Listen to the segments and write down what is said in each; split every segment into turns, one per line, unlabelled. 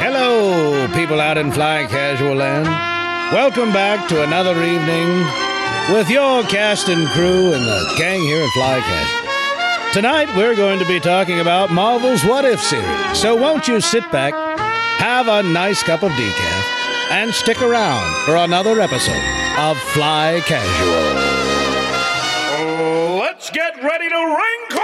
Hello, people out in fly casual land. Welcome back to another evening with your cast and crew and the gang here at Fly Casual. Tonight, we're going to be talking about Marvel's What If series. So, won't you sit back, have a nice cup of decaf, and stick around for another episode of Fly Casual.
Let's get ready to wrinkle!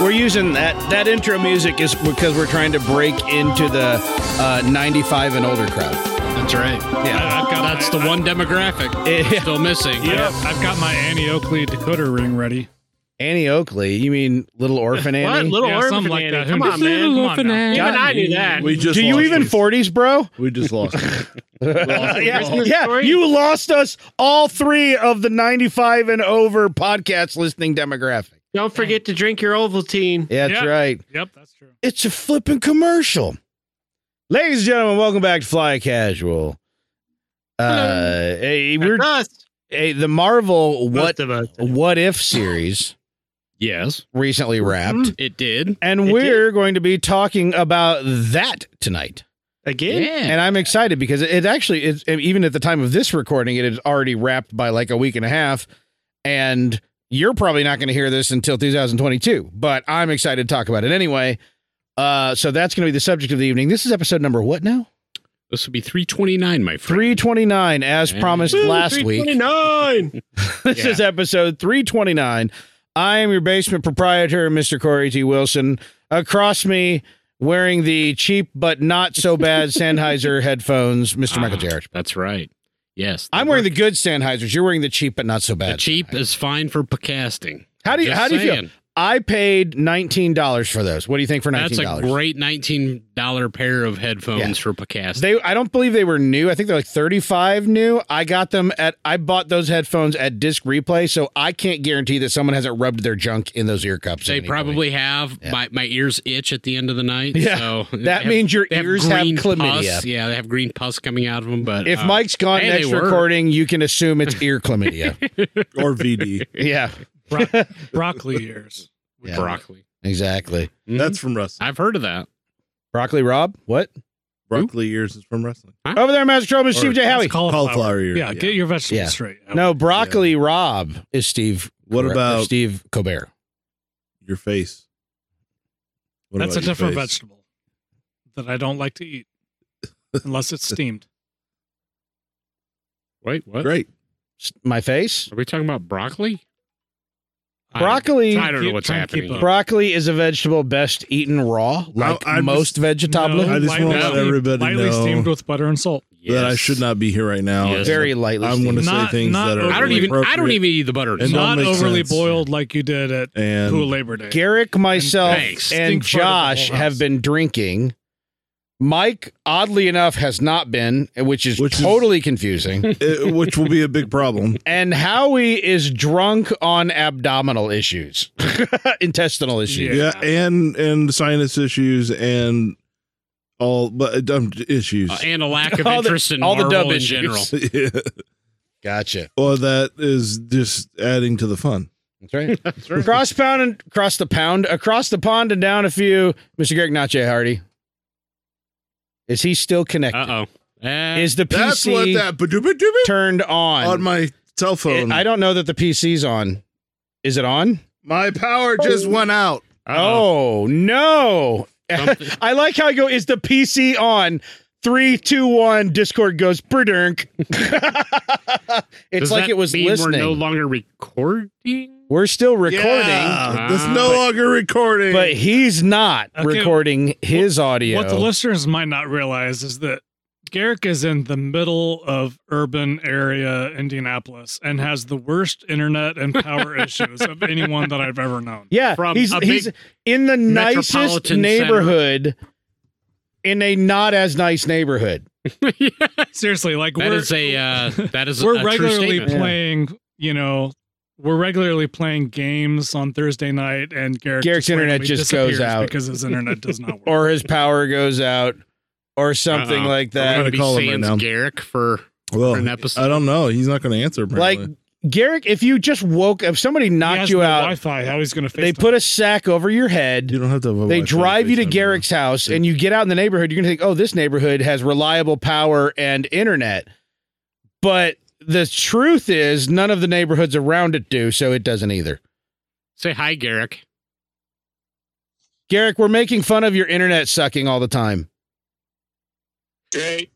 We're using that that intro music is because we're trying to break into the uh, 95 and older crowd.
That's right.
Yeah.
I've got
That's
my,
the one demographic
Yeah.
still missing.
Yep, I've got my Annie Oakley decoder ring ready.
Annie Oakley, you mean Little Orphan
What?
Annie?
Little
Yeah,
orphan
something like
Annie.
that. Who
Come
knew?
on, man. Come on now. Even I knew that.
We just
Do you
lost
even
you.
40s, bro?
We just lost. you.
Yeah,
Christmas
yeah.
story?
you lost us all three of the 95 and over podcast listening demographic.
Don't forget to drink your Ovaltine.
Yeah, that's
Yeah.
right.
Yep, that's true.
It's a flipping commercial. Ladies and gentlemen, welcome back to Fly Casual. Uh, hey, we're
That's us.
hey, the Marvel
Most
what
of us.
what if series
Yes,
recently wrapped,
it did.
and
It
we're going to be talking about that tonight.
Again?
And I'm excited because it, it actually is even at the time of this recording, it had already wrapped by like a week and a half. And you're probably not going to hear this until 2022, but I'm excited to talk about it anyway. Uh, so that's going to be the subject of the evening. This is episode number what now?
This would be 329, my friend.
329, as
Yeah.
promised
Woo,
last week.
329.
This is episode 329. I am your basement proprietor, Mr. Corey T. Wilson. Across me, wearing the cheap but not so bad Sennheiser headphones, Mr. Michael
Ah,
Jarrett.
That's right. Yes,
I'm wearing the good Sennheisers. You're wearing the cheap, but not so
the
bad.
cheap is fine for podcasting.
How do you
Just
How do you feel?
saying.
I paid nineteen dollars for those. What do you think for
That's
nineteen
a
dollars?
great nineteen dollar pair of headphones
Yeah.
for podcasting.
They, I don't believe they were new. I think they're like thirty five new. I got them at. I bought those headphones at Disc Replay, so I can't guarantee that someone hasn't rubbed their junk in those ear cups. at
They
any point.
probably have.
Yeah.
My my ears itch at the end of the night.
Yeah.
so
That
they have-
means your
they
ears have
green
chlamydia.
Pus. Yeah, they have green pus coming out of them. But
If
uh,
Mike's gone
hey, they
next
work.
recording, you can assume it's ear chlamydia.
or VD.
yeah,
Broccoli ears.
Yeah.
broccoli,
exactly.
Mhm.
That's from wrestling.
I've heard of that.
Broccoli Rob, what
Broccoli ears is from wrestling.
over there, Master Troll, Steve J. Howie?
That's cauliflower.
Cauliflower ears.
Yeah, get your vegetables
Yeah.
straight.
No, broccoli Rob is Steve.
What
Cor- or
about-
Steve Colbert?
your face. What
that's a
about your
different
face?
vegetable that I don't like to eat unless it's steamed.
Wait, what?
Great.
S- My face.
Are we talking about broccoli? I-
Broccoli.
I, don't know
Keep-
what's
try and keep
happening.
up.
Broccoli is a vegetable best eaten raw, like
I- I'm
most vegetable.
I just wanna let everybody
lightly
know
steamed with butter and salt.
Yes.
That I should not be here right now.
Yes.
Very lightly.
I'm going to
steamed.
say
Not-
things
not
that are.
I don't even. I don't
inappropriate
even eat the butter.
And
So-
don't
Not
make
overly
sense.
boiled like you did at
And
Hula Labor Day.
Garrick, myself,
Thanks.
and
Stink fart of the whole
Josh
house.
have been drinking. Mike, oddly enough, has not been, which is
Which is-
totally confusing.
it- which will be a big problem.
and Howie is drunk on abdominal issues, intestinal issues.
Yeah.
Yeah, and and sinus issues and all but um, issues.
uh, and a lack of
All the-
interest in
all the
Marvel
dub
in
issues.
general.
Yeah.
Gotcha.
Well, that is just adding to the fun.
That's right. Cross pound and across the pound, across the pond and down a few. Mr. Greg Nache Hardy. Is he still connected?
Uh oh.
Is the
That's what
PC
that ba-doop-a-doop-a-
turned on?
on my cell phone.
It- I don't know that the PC's on. Is it on?
my power just went out.
Oh, no.
Something-
I like how I go, is the PC on? Three, two, one, Discord goes perdunk. it's
Does
like
that
it was
mean
listening.
We're
We're,
no longer recording.
still recording,
Yeah, it's no
Ah.
longer recording.
but he's not
Okay,
recording his audio.
What the listeners might not realize is that Garrick is in the middle of urban area Indianapolis and has the worst internet and power issues of anyone that I've ever known.
Yeah,
from
he's
a
he's
big
in the nicest
metropolitan
neighborhood in a not as nice neighborhood.
Seriously, like
That
we're
is a uh, that is a
we're
true
regularly
statement.
Yeah.
playing, you know, we're regularly playing games on Thursday night and Garrick
Garrick's internet
randomly
just goes
disappears
out.
because his internet does not work.
Or his power goes out, or something
Uh-oh.
like
We're
that.
gonna
I'm gonna
be
call him right
Sans
now. Oh, uh,
Garrick for
Well,
an episode.
I don't know. He's not going to answer.
Like
Apparently.
Garrick, if you just woke up, somebody
He
knocked
has
you
no
out.
Wi-Fi. How he's gonna?
They
FaceTime.
put a sack over your head.
you don't have to. Have a
They
Wi-Fi
drive you to
FaceTime,
Garrick's house, and you get out in the neighborhood. You're gonna think, oh, this neighborhood has reliable power and internet. But the truth is, none of the neighborhoods around it do, so it doesn't either.
Say hi, Garrick.
Garrick, we're making fun of your internet sucking all the time.
Great.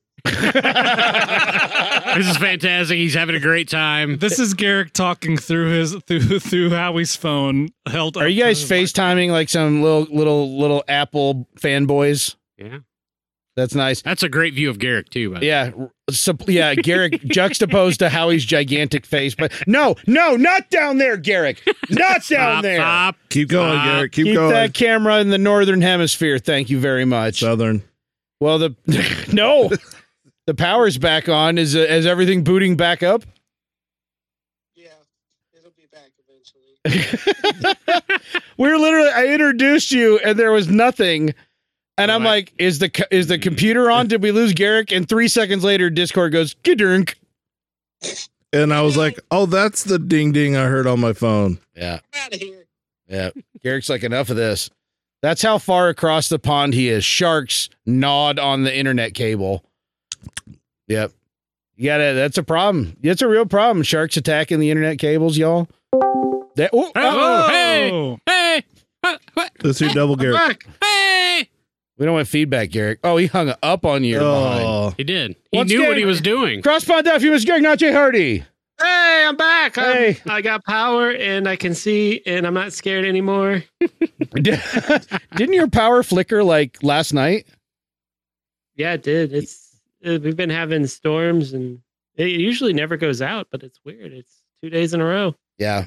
This is fantastic. He's having a great time.
This is Garrick talking through his through through Howie's phone. Held.
Are
up
you
to
guys
his
FaceTiming like some little little little Apple fanboys?
Yeah.
That's nice.
That's a great view of Garrick too. By the way.
Yeah, r- sup- yeah. Garrick juxtaposed to Howie's gigantic face, but no, no, not down there, Garrick. Not down
Stop,
there.
stop.
Keep going,
Ah,
Garrett. Keep,
Keep
going.
that camera in the northern hemisphere. Thank you very much.
Southern.
well, the no, the power's back on. Is uh, is everything booting back up?
Yeah, it'll be back eventually.
we were literally. I introduced you, and there was nothing. And I'm
Right.
like, is the co- is the computer on? Did we lose Garrick? And three seconds later, Discord goes, "Gadunk."
And I was like, oh, that's the ding ding I heard on my phone.
Yeah,
out of here.
yeah. Garrick's like, enough of this. That's how far across the pond he is. Sharks gnawed on the internet cable. Yep. You gotta. That's a problem. It's a real problem. Sharks attacking the internet cables, y'all. That, oh,
Oh, hey,
Oh,
hey, what, what,
Let's do double Garrett.
hey.
We don't want feedback, Garrick. Oh, he hung up on you.
Oh,
He did. He
Once
knew what
again-
he was doing.
Crosspond Duff, you was Garrick, not Jay Hardy.
Hey, I'm back. I'm-
Hey.
I got power and I can see and I'm not scared anymore.
Didn't your power flicker like last night?
Yeah, it did. It's uh we've been having storms and it usually never goes out, but it's weird. It's two days in a row.
Yeah.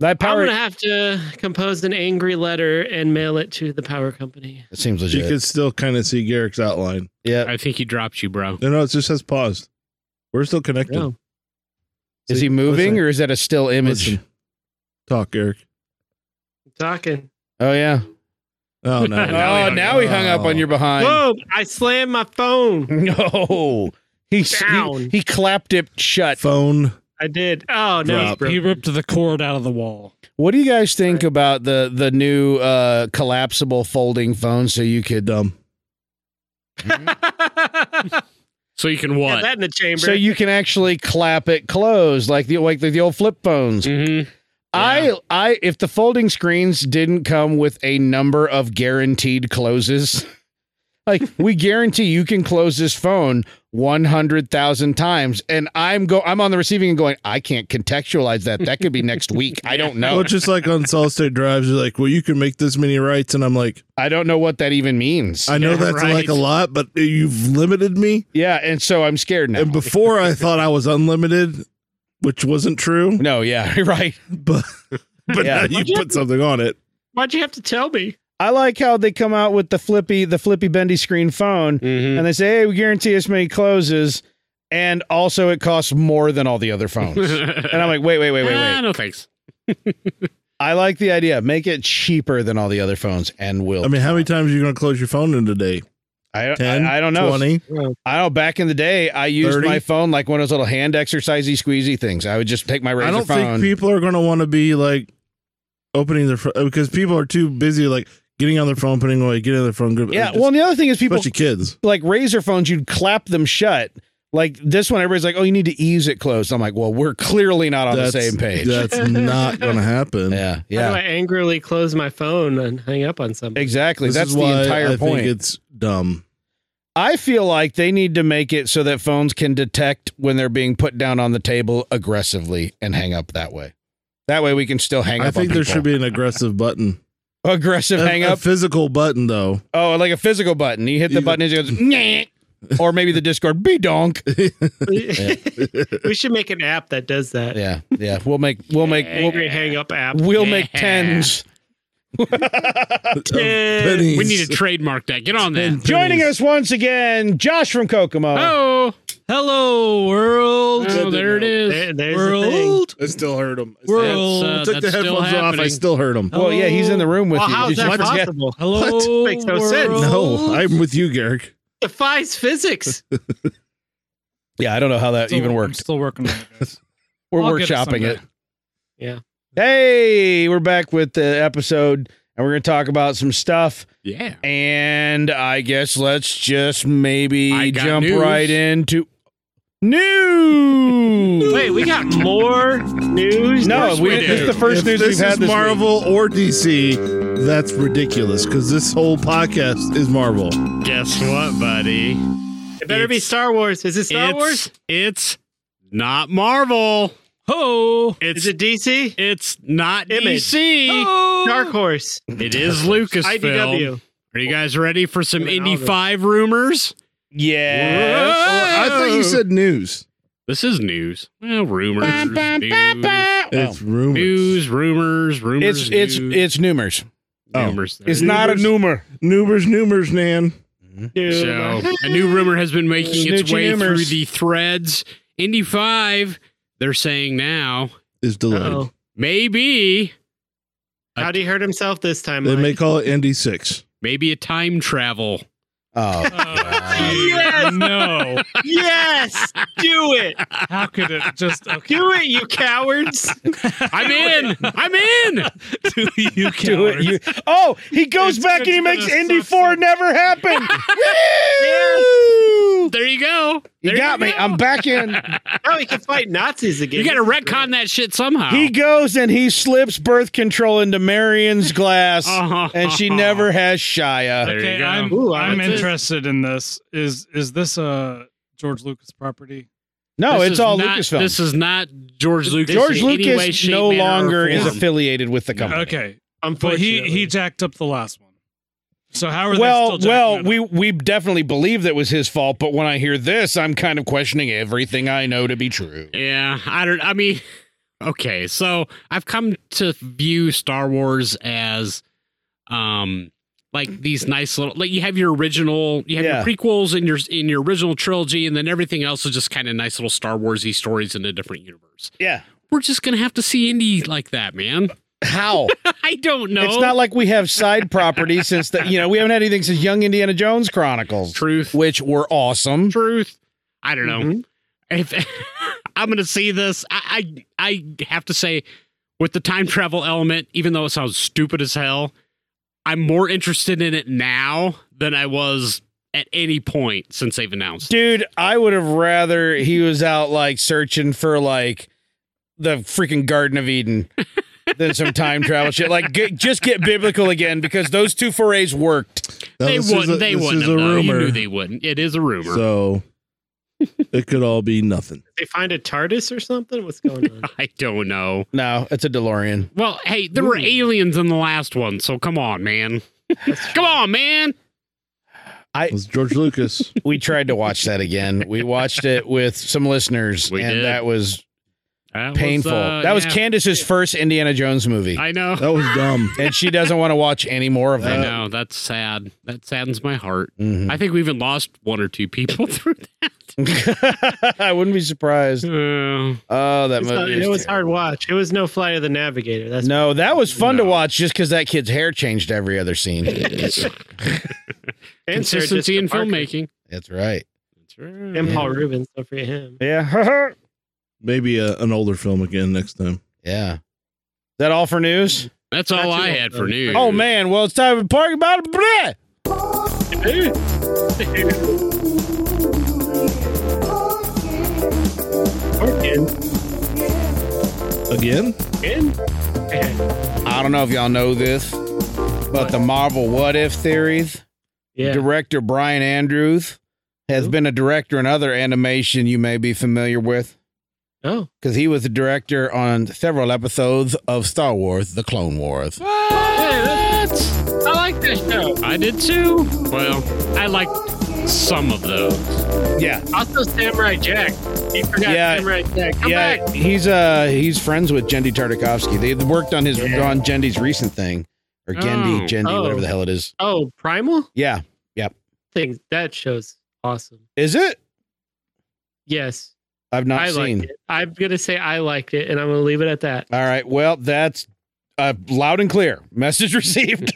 That
I'm
power
gonna have to compose an angry letter and mail it to the power company.
it seems
you
legit.
could still kind of see Garrick's outline.
yeah.
I think he dropped you, bro.
No, no, it just says paused. We're still connected.
No.
Is
See,
he moving
listen,
or is that a still image?
listen. Talk, Garrick.
I'm talking.
Oh yeah.
Oh no.
Oh,
Now he hung
now he hung up on your behind.
Whoa! I slammed my phone.
No. He, s- he
Down.
he clapped it shut.
phone.
I did. Oh no!
Drop.
he ripped the cord out of the wall.
What do you guys think about the the new uh collapsible folding phone so you could um
So you can Mm-hmm.
Got
what?
that in the chamber.
so you can actually clap it closed like the like the, the old flip phones.
mm-hmm.
I I if the folding screens didn't come with a number of guaranteed closes, like we guarantee you can close this phone one hundred thousand times, and I'm go I'm on the receiving end going I can't contextualize that. That could be next week. I don't know.
Well, just like on solid state drives, you're like, well, you can make this many rights, and I'm like,
I don't know what that even means.
I know that's
right.
like a lot, but you've limited me.
yeah, and so I'm scared now.
And before I thought I was unlimited, which wasn't true,
no, yeah, you're right.
but but
Yeah.
now you put something on it.
Why'd you have to tell me?
I like how they come out with the flippy the flippy bendy screen phone,
Mm-hmm.
and they say, "Hey, we guarantee this many closes." And also, it costs more than all the other phones. And I'm like, wait, wait, wait, wait,
Ah,
wait.
no thanks.
I like the idea. Make it cheaper than all the other phones, and we'll.
I mean, how many times are you going to close your phone in a day?
I,
10,
I, I don't know.
20.
I don't. know. Back in the day, I used
30?
my phone like one of those little hand exercisey, squeezy things. I would just take my razor
I don't
phone.
think people are going to want to be like opening their phone because people are too busy, like getting on their phone, putting away, getting on their phone group.
yeah.
Just-
Well, and the other thing is people
bunch of kids.
like razor phones. You'd clap them shut. Like this one, everybody's like, "Oh, you need to ease it closed." I'm like, "Well, we're clearly not on the same page."
That's not going to happen.
yeah.
How do
Yeah.
I angrily close my phone and hang up on somebody?
Exactly.
This
That's
is
the
why
entire
I
point.
think it's dumb.
I feel like they need to make it so that phones can detect when they're being put down on the table aggressively and hang up that way. That way we can still hang up.
I
on
think there
people.
should be an aggressive button.
aggressive
A-
hang
a
up.
physical button, though.
Oh, like a physical button. You hit the
You-
button and it goes, "Nyeh." or maybe the Discord be donk.
we should make an app that does that.
Yeah, yeah. We'll make we'll make we'll,
Angry hang up app.
we'll make
Yeah.
tens.
We need to trademark that. Get on that.
Joining us once again, Josh from Kokomo.
Oh,
Hello, world.
oh, there it is.
There- there's the thing.
World.
I still heard him.
World.
That's, uh,
took the
that's still
headphones off. I
happening.
still heard him.
Well, yeah, he's in the room with
Well,
you.
how's
Did you
that
forget?
possible?
Hello,
Makes no sense.
world.
No, I'm with you, Garrick.
defies physics.
Yeah, I don't know how that
Still-
even
I'm
worked.
still working on it, guys.
We're
I'll get it
workshopping
someday.
it.
Yeah.
Hey, we're back with the episode, and we're going to talk about some stuff.
Yeah.
And I guess let's just maybe
I got
jump
news.
right into news.
Wait, we got more news.
no, we,
we
didn't- this is
do.
the first
If
news
this
we've had
is
this week.
Marvel or DC, that's ridiculous because this whole podcast is Marvel.
Guess what, buddy?
it better be
It's-
Star Wars. Is it Star
it's,
Wars?
It's not Marvel.
Ho!
It's
Is it DC?
it's not
Image.
DC.
Ho!
Dark Horse.
It is Lucasfilm.
IDW.
Are you guys ready for some
Coming
Indy
out of-
5 rumors?
Yeah.
I thought
Oh.
you said news.
This is news. Well, rumors. news,
Oh.
It's rumors.
news, rumors, rumors.
It's it's
news,
it's numers.
rumors.
It's not a
Numers.
numer.
Noobers, noobers, Nan.
Dude.
So, a new rumor has been making its
Snoochie
way
rumors.
through the threads. Indy 5, they're saying now,
Is delayed.
Uh-oh.
maybe,
How'd he hurt himself this time?
They
Mike?
may call it Indy Six.
maybe a time travel.
Oh,
Oh, no.
yes, do it,
How could it just. Okay.
do it, you cowards!
I'm in. I'm in.
Do you
do it.
cowards.
You, oh, he goes
It's-
back and he
it's
makes
gonna
Indy
suck
4
so-
never happen. Woo!
There you go.
You
There
got me.
go.
I'm back in.
Now he can fight Nazis again.
You got to retcon that shit somehow.
He goes and he slips birth control into Marion's glass,
Uh-huh.
and she never has Shia.
There you
Okay,
go.
I'm,
Ooh,
I'm
that's it.
interested in this. Is is this a George Lucas property?
No,
This
it's
is
all
not,
Lucasfilm.
This is not George Lucas.
George
in any way,
Lucas
shape,
no
manner, or
longer is
form.
affiliated with the company.
Okay, but
Unfortunately,
he he jacked up the last one. So how are they
Well,
still jacking it
well,
up?
we we definitely believe that was his fault, but when I hear this, I'm kind of questioning everything I know to be true.
Yeah, I don't. I mean, okay. So I've come to view Star Wars as, um, like these nice little like you have your original, you have
Yeah.
your prequels in your in your original trilogy, and then everything else is just kind of nice little Star Warsy stories in a different universe.
Yeah.
We're just gonna have to see indie like that, man.
How?
I don't know.
It's not like we have side properties since the, you know, we haven't had anything since Young Indiana Jones Chronicles,
truth.
which were awesome.
Truth. I don't
Mm-hmm.
know.
Mhm.
if I'm gonna see this, I, I I have to say, with the time travel element, even though it sounds stupid as hell, I'm more interested in it now than I was at any point since they've announced. it.
Dude, I would have rather he was out like searching for like the freaking Garden of Eden than some time travel shit. Like, get, just get biblical again because those two forays worked.
Now,
they
this is
wouldn't.
a-
they
this
wouldn't.
is
have
a
done it. You
rumor,
knew they wouldn't. It is a rumor.
so it could all be nothing.
they find a TARDIS or something. What's going on?
I don't know.
No, it's a DeLorean.
Well, hey, there were aliens in the last one, so come on, man. come on, man.
It was George Lucas.
We tried to watch that again. We watched it with some listeners,
We
and
did.
that was
That was,
painful.
uh,
that was
yeah.
Candace's first Indiana Jones movie.
I know.
That was dumb.
and she doesn't want to watch any more of
I
them.
know. That's sad. That saddens my heart.
Mhm.
I think we even lost one or two people through that.
Mm-hmm. I wouldn't be surprised.
Uh,
Oh, that
It's not-
movie! is
it was
terrible.
hard watch. It was no flight of the navigator. That's
No, that was fun to
No.
watch just because that kid's hair changed every other scene.
And Sarah
consistency
Jessica
in
Parker.
filmmaking.
That's right.
That's right.
And Paul Rubens. Don't forget him.
Yeah.
Maybe a, an older film again next time.
yeah. Is that all for news?
That's all
That's
I
it.
had for news.
Oh, man. Well, it's time to park about it. Bleh!
Again?
I don't know if y'all know this, but the Marvel What If theories,
Yeah.
director Brian Andrews has been a director in other animation you may be familiar with.
oh,
because he was the director on several episodes of Star Wars: The Clone Wars.
I like this show. I did too. Well, I liked some of those.
Yeah,
also Samurai Jack. He forgot
Yeah.
Samurai Jack. Come
yeah,
back.
he's uh he's friends with Gendy Tartakovsky. They worked on his on Gendy's recent thing or Gendy,
Oh.
Gendy,
Oh.
whatever the hell it is.
Oh, Primal
Yeah,
things. That show's awesome.
is it?
Yes,
I've not
I
seen.
liked it. I'm gonna say I liked it, and I'm gonna leave it at that.
All right, well that's Uh, loud and clear. Message received.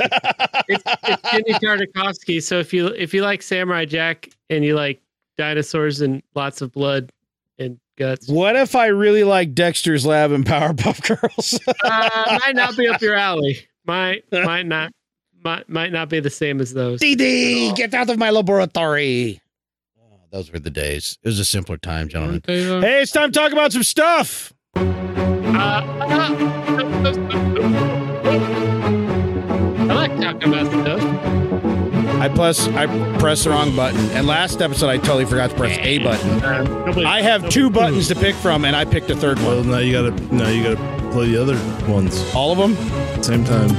It's, it's Jenny Tartakovsky. So if you if you like Samurai Jack and you like dinosaurs and lots of blood and guts,
what if I really like Dexter's Lab and Powerpuff Girls?
uh, might not be up your alley. Might might not might might not be the same as those.
DD, get out of my laboratory. Oh, those were the days. It was a simpler time, gentlemen. Hey, it's time to talk about some stuff.
Uh, I like talking about stuff.
I plus I pressed the wrong button, and last episode I totally forgot to press a button.
Nobody-
I have two buttons to pick from, and I picked a third
Well,
one.
now you gotta now you gotta play the other ones
All of them.
same time.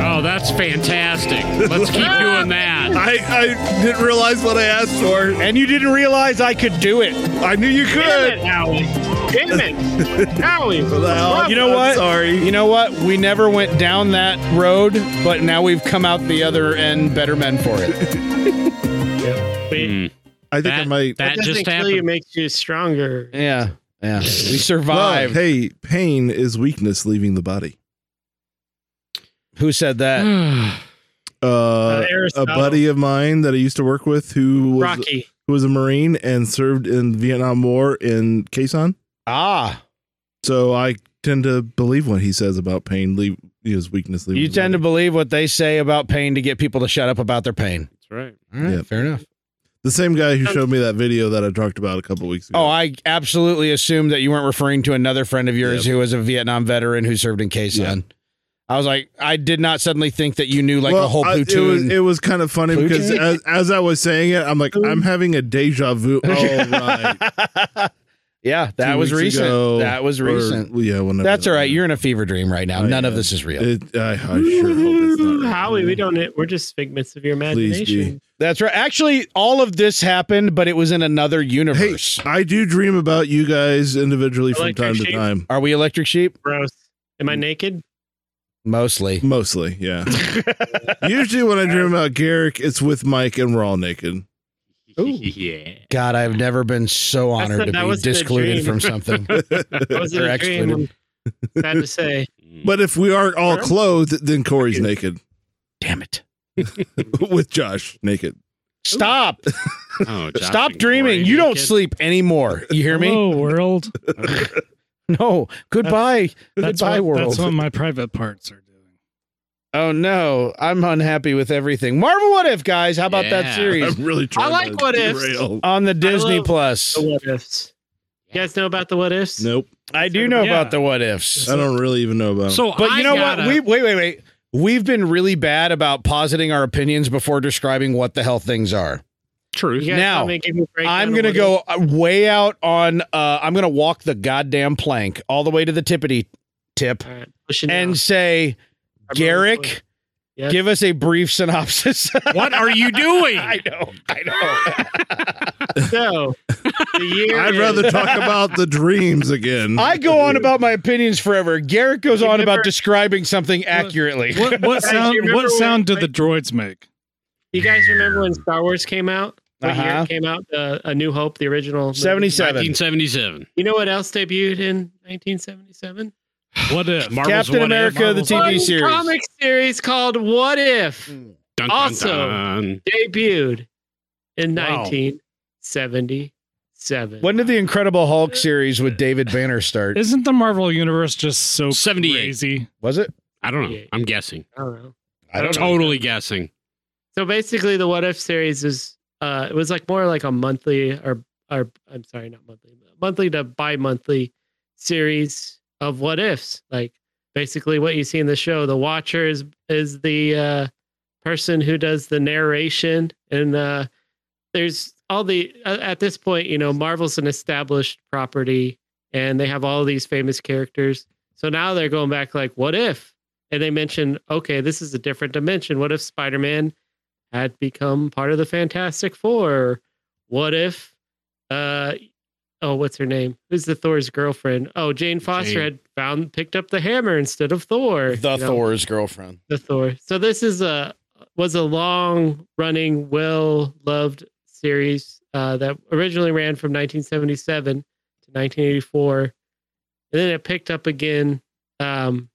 Oh, that's fantastic. Let's keep doing that.
I I didn't realize what I asked for.
And you didn't realize I could do it.
I knew you could.
Damn it, Howie.
Well,
You know
I'm
what?
Sorry.
You know what? We never went down that road, but now we've come out the other end better men for it.
I
Mm,
think I
That,
might.
that
doesn't
just
kill
happened.
you makes you stronger.
Uh,
Yeah. Yeah. We
Well,
survived.
hey, pain is weakness leaving the body.
Who said
Mm.
that?
Uh, a
Aristotle.
buddy of mine that I used to work with who was
Rocky.
who was a Marine and served in Vietnam War in Quezon.
ah.
So I tend to believe what he says about pain, leave his weakness. Leaving
You
the
tend to
body.
believe what they say about pain to get people to shut up about their pain.
That's right.
All right,
Yep.
fair enough.
the same guy who showed me that video that I talked about a couple weeks ago.
Oh, I absolutely assumed that you weren't referring to another friend of yours who was a Vietnam veteran who served in Quezon. I was like, I did not suddenly think that you knew like
Well,
the whole
I-
platoon.
it was it was kind of funny because
Platoon?
as, as I was saying it, I'm like, I'm having a deja vu. Oh, right.
yeah, that
Two
was
weeks
recent.
ago,
that was
or-
recent.
yeah, whenever
That's
that
all right.
was.
You're in a fever dream right now.
I
None of
am.
this is real.
It, I, I sure hope it's not. real.
Howie, we don't. We're just figments of your
Please be.
imagination.
That's right. Actually, all of this happened, but it was in another universe.
I do dream about you guys individually
I
from
like
time to
your shape.
time.
Are we electric sheep?
Gross. Am I
Mm.
naked?
Mostly.
Mostly, yeah. Usually when I dream about Garrick, it's with Mike and we're all naked.
yeah.
God, I've never been so
That's
honored
the- that
to be
wasn't a
discluded
dream.
from something.
That was
Or
a dream.
excluded.
I'm Sad to say.
Mm.
But if we are all clothed, then Corey's naked
Damn it.
with Josh naked.
Stop.
Oh, Josh
Stop
and
dreaming.
Corey,
You don't
kid.
sleep anymore. You hear me?
Hello, world.
No. Goodbye.
That's
Goodbye,
what,
world.
That's what my private parts are doing.
Oh no, I'm unhappy with everything. Marvel What If, guys. How about that
Yeah.
series
I'm really trying
like
to
what ifs.
derail.
on the Disney
love-
Plus?
The what ifs. You guys know about the what ifs?
Nope.
I do know
Yeah.
about the What Ifs,
I don't really even know about him.
So,
but
I
you know
gotta-
what? We wait, wait, wait. We've been really bad about positing our opinions before describing what the hell things are.
You
Truth.
guys
Now,
want me to give you a breakdown
I'm
of
gonna
what
go uh, way out on. uh I'm gonna walk the goddamn plank all the way to the tippity tip
ifs? All right, pushing
and
down.
say,
I'm really
Garrick,
Yes.
give us a brief synopsis.
What are you doing?
I know, I know.
sorry. so the year
I'd
is-
rather talk about the dreams again.
I go on about my opinions forever. Garrett goes on about describing something accurately.
What, what
Guys, you
sound?
remember
What
when-
sound did the droids make?
You guys remember when Star Wars came out? What year
Uh-huh.
it came out? Uh, a New Hope, the original. movie?
77.
1977.
You know what else debuted in 1977?
What if?
Marvel's
Captain
What If.
America, the
Marvel's
TV
What If.
series.
comic series called What If
Dun,
Also-
dun.
debuted in
Wow.
1977.
When did the Incredible Hulk series with David Banner start?
Isn't the Marvel universe just so
78.
crazy?
Was it?
I don't know. I'm guessing.
I don't know.
I don't know.
totally guessing.
So basically, the What If series is uh, it was like more like a monthly or or I'm sorry, not monthly, monthly to bi-monthly series of What Ifs. Like basically what you see in the show. The Watcher is is the uh, person who does the narration, and uh, there's all the a- at this point, you know, Marvel's an established property, and they have all these famous characters. So now they're going back like, what if? And they mention, okay, this is a different dimension. What if Spider-Man had become part of the Fantastic Four? What if, uh, oh, what's her name? Who's the Thor's girlfriend? Oh, Jane Foster
Jane.
had found picked up the hammer instead of Thor.
The
you know,
Thor's girlfriend.
the Thor. So this is a was a long running, well loved series uh, that originally ran from 1977 to 1984, and then it picked up again um,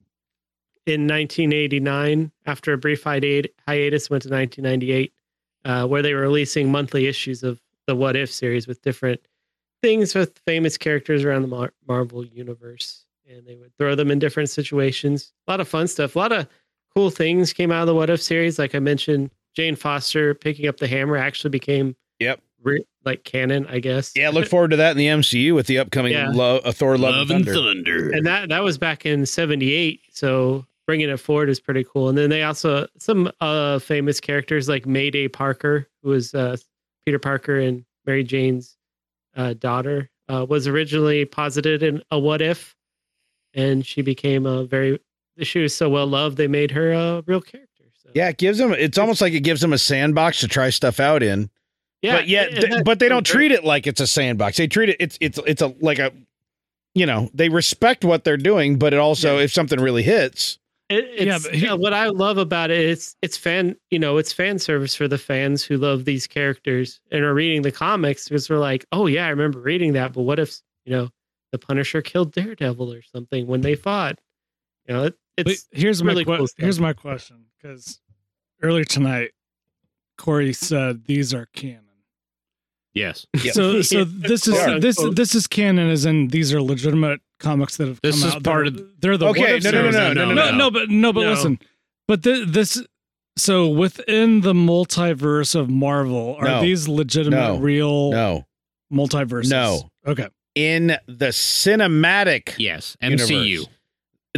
in 1989 after a brief hiat- hiatus went to 1998 uh, where they were releasing monthly issues of the what if series with different things with famous characters around the Mar- marvel universe and they would throw them in different situations a lot of fun stuff a lot of cool things came out of the what if series like i mentioned jane foster picking up the hammer actually became
Yep.
re- like canon i guess
Yeah, look forward to that in the MCU with the upcoming
Yeah.
Lo- uh, Thor Love, and Thunder.
and that that was back in 78 so bringing it forward is pretty cool and then they also some uh famous characters like mayday parker who was uh peter parker and mary jane's uh daughter uh was originally posited in a what if and she became a very she was so well loved they made her a real character so
Yeah, it gives them. It's almost like it gives them a sandbox to try stuff out in.
yeah
but yet,
and
th-
that-
but they don't
that's great.
treat it like it's a sandbox. They treat it. It's it's it's a like a, you know, they respect what they're doing, but it also if something really hits,
It, it's,
Yeah,
yeah,
but he-
what I love about it, it's it's fan, you know, it's fan service for the fans who love these characters and are reading the comics because we're like, oh yeah, I remember reading that, but what if you know the Punisher killed Daredevil or something when they fought? You know, it,
But
it's
here's
really
my que-
cool stuff.
here's my question because earlier tonight Corey said these are canon.
Yes.
Yep.
So so this
Quote,
is
unquote.
this this is canon as in these are legitimate comics that have
This
come
is
out.
part
they're, they're the
Okay,
what if
no, no, no,
series.
no,
no, no, but no, but
No.
listen, but thi- this so within the multiverse of Marvel are
No.
these legitimate
No.
real
no,
multiverses?
No.
okay,
in the cinematic
Yes.
Universe.
MCU.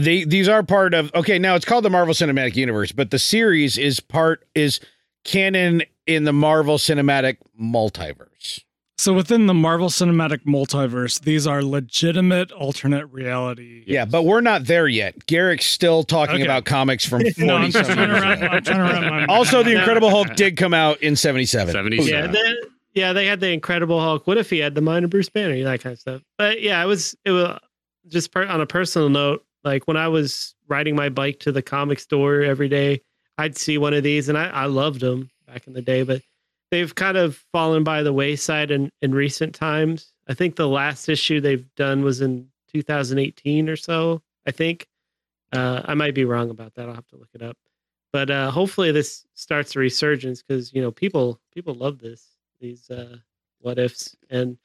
they these are part of okay now it's called the marvel cinematic universe but the series is part is canon in the marvel cinematic multiverse
so within the Marvel Cinematic Multiverse, these are legitimate alternate reality.
yeah but we're not there yet garrick's still talking
Okay.
about comics from 40
No, I'm just
some
trying to
years
wrap.
ago.
I'm trying to wrap my
also the incredible hulk did come out in 77
77.
yeah, the- yeah, they had the Incredible Hulk. What if he had the mind of Bruce Banner? That kind of stuff. But yeah, it was it was just per, on a personal note. Like when I was riding my bike to the comic store every day, I'd see one of these, and I, I loved them back in the day. But they've kind of fallen by the wayside in in recent times. I think the last issue they've done was in 2018 or so. I think uh, I might be wrong about that. I'll have to look it up but uh, hopefully this starts a resurgence because you know people people love this these uh, what ifs and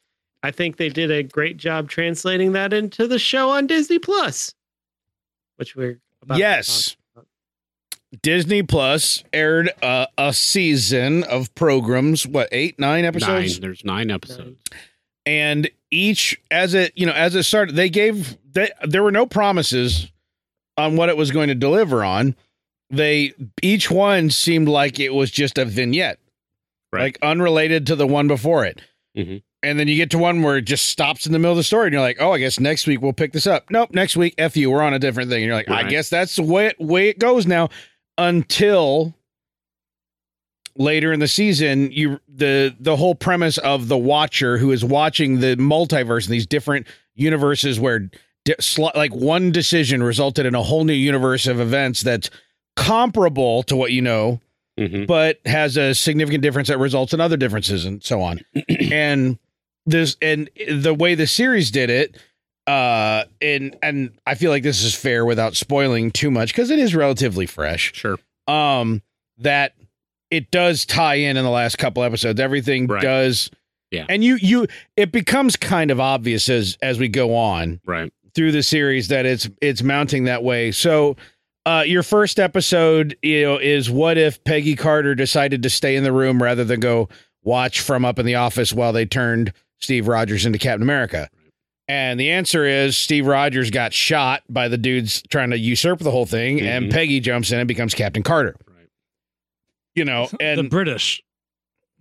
I think they did a great job translating that into the show on Disney Plus, which we're about to
Yes.
talk about.
disney plus aired uh, a season of programs what eight nine
Nine.
episodes
There's nine episodes.
and each as it you know as it started they gave they, there were no promises on what it was going to deliver on they each one seemed like it was just a vignette
Right.
like unrelated to the one before it
Mhm.
and then you get to one where it just stops in the middle of the story and you're like oh i guess next week we'll pick this up nope next week f you we're on a different thing and you're like i
Right.
guess that's the way it, way it goes now until later in the season you the the whole premise of the watcher who is watching the multiverse and these different universes where di- sli- like one decision resulted in a whole new universe of events that's comparable to what you know
Mhm.
but has a significant difference that results in other differences and so on and this and the way the series did it uh and and i feel like this is fair without spoiling too much because it is relatively fresh
Sure.
um that it does tie in in the last couple episodes everything
Right.
does
Yeah.
and you you it becomes kind of obvious as as we go on
Right.
through the series that it's it's mounting that way so uh your first episode you know is what if peggy carter decided to stay in the room rather than go watch from up in the office while they turned steve rogers into captain america and the answer is Steve Rogers got shot by the dudes trying to usurp the whole thing, and
Mhm.
Peggy jumps in and becomes Captain Carter.
Right.
You know,
the
and
British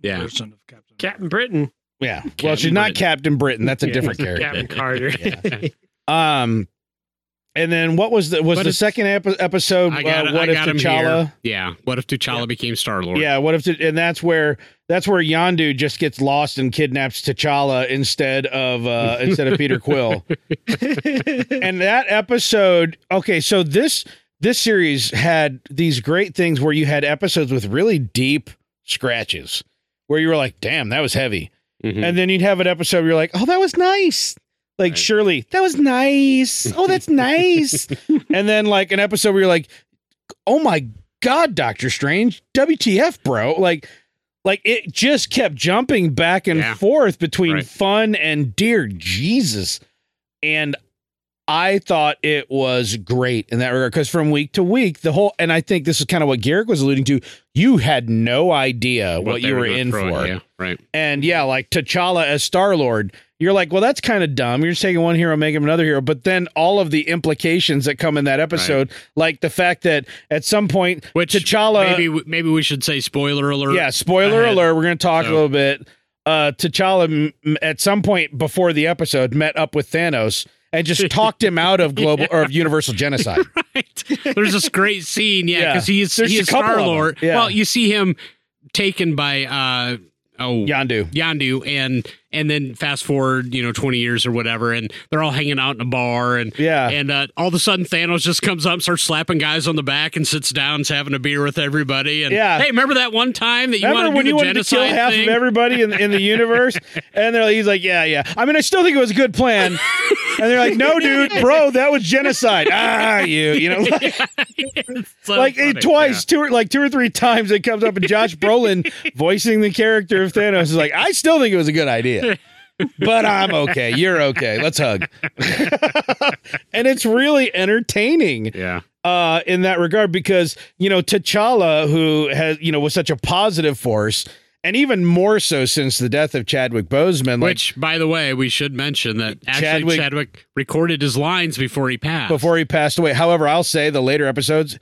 Yeah.
version of Captain.
Captain Britain,
yeah, well, she's not
Britain.
Captain Britain. That's a
Yeah.
different character.
Captain Carter.
Yeah. Um, and then what was the was
But
the
it's-
second epi- episode?
I got,
uh,
I
what
got
if
him
T'Challa?
here. Yeah. What if T'Challa became Star Lord?
Yeah, what if? T- and that's where that's where Yondu just gets lost and kidnaps T'Challa instead of uh, instead of Peter Quill. and that episode, okay, so this this series had these great things where you had episodes with really deep scratches, where you were like, "Damn, that was heavy,"
Mhm.
and then you'd have an episode where you're like, "Oh, that was nice." Like, surely that was nice. Oh, that's nice. and then like an episode where you're like, oh my god, Doctor Strange, WTF, bro? Like, like it just kept jumping back and
Yeah.
forth between
Right.
fun and dear Jesus. And I thought it was great in that regard because from week to week, the whole and I think this is kind of what Garrick was alluding to. You had no idea what,
they
you were
gonna
in
throw
for
at you, right?
and yeah, like T'Challa as Star Lord, you're like, well, that's kind of dumb. You're just taking one hero, making him another hero. But then all of the implications that come in that episode, like the fact that at some point,
Which
T'Challa-
Maybe we- maybe we should say spoiler alert.
yeah, spoiler
ahead.
alert, we're going to talk
So-
a little bit. Uh, T'Challa m- m- at some point before the episode met up with Thanos and just talked him out of global or of universal genocide.
Right. There's this great scene, yeah,
Yeah.
because he is
There's
he
a
is
couple of
Star Lord.
them, yeah.
Well, you see him taken by uh oh
Yandu.
Yandu, and and then fast forward, you know, twenty years or whatever, and they're all hanging out in a bar, and
Yeah.
and uh, all of a sudden Thanos just comes up, starts slapping guys on the back, and sits down, and's having a beer with everybody, and
Yeah.
hey, remember that one time that you
Remember
wanted to
when
do
you
the
wanted to
genocide
kill half
thing?
of everybody in, in the universe? And they're like, he's like, yeah, yeah. I mean, I still think it was a good plan. And they're like, no, dude, bro, that was genocide. Ah, you, you know, like,
It's so
like
funny.
it, twice, two or like two or three times, it comes up, and Josh Brolin, voicing the character of Thanos, is like, I still think it was a good idea, but I'm okay. You're okay. Let's hug. and it's really entertaining
Yeah.
uh, in that regard because you know T'Challa, who has you know was such a positive force, and even more so since the death of Chadwick Boseman, like
Which, by the way, we should mention that actually
Chadwick-
Chadwick, recorded his lines before he passed.
before he passed away. However, I'll say the later episodes,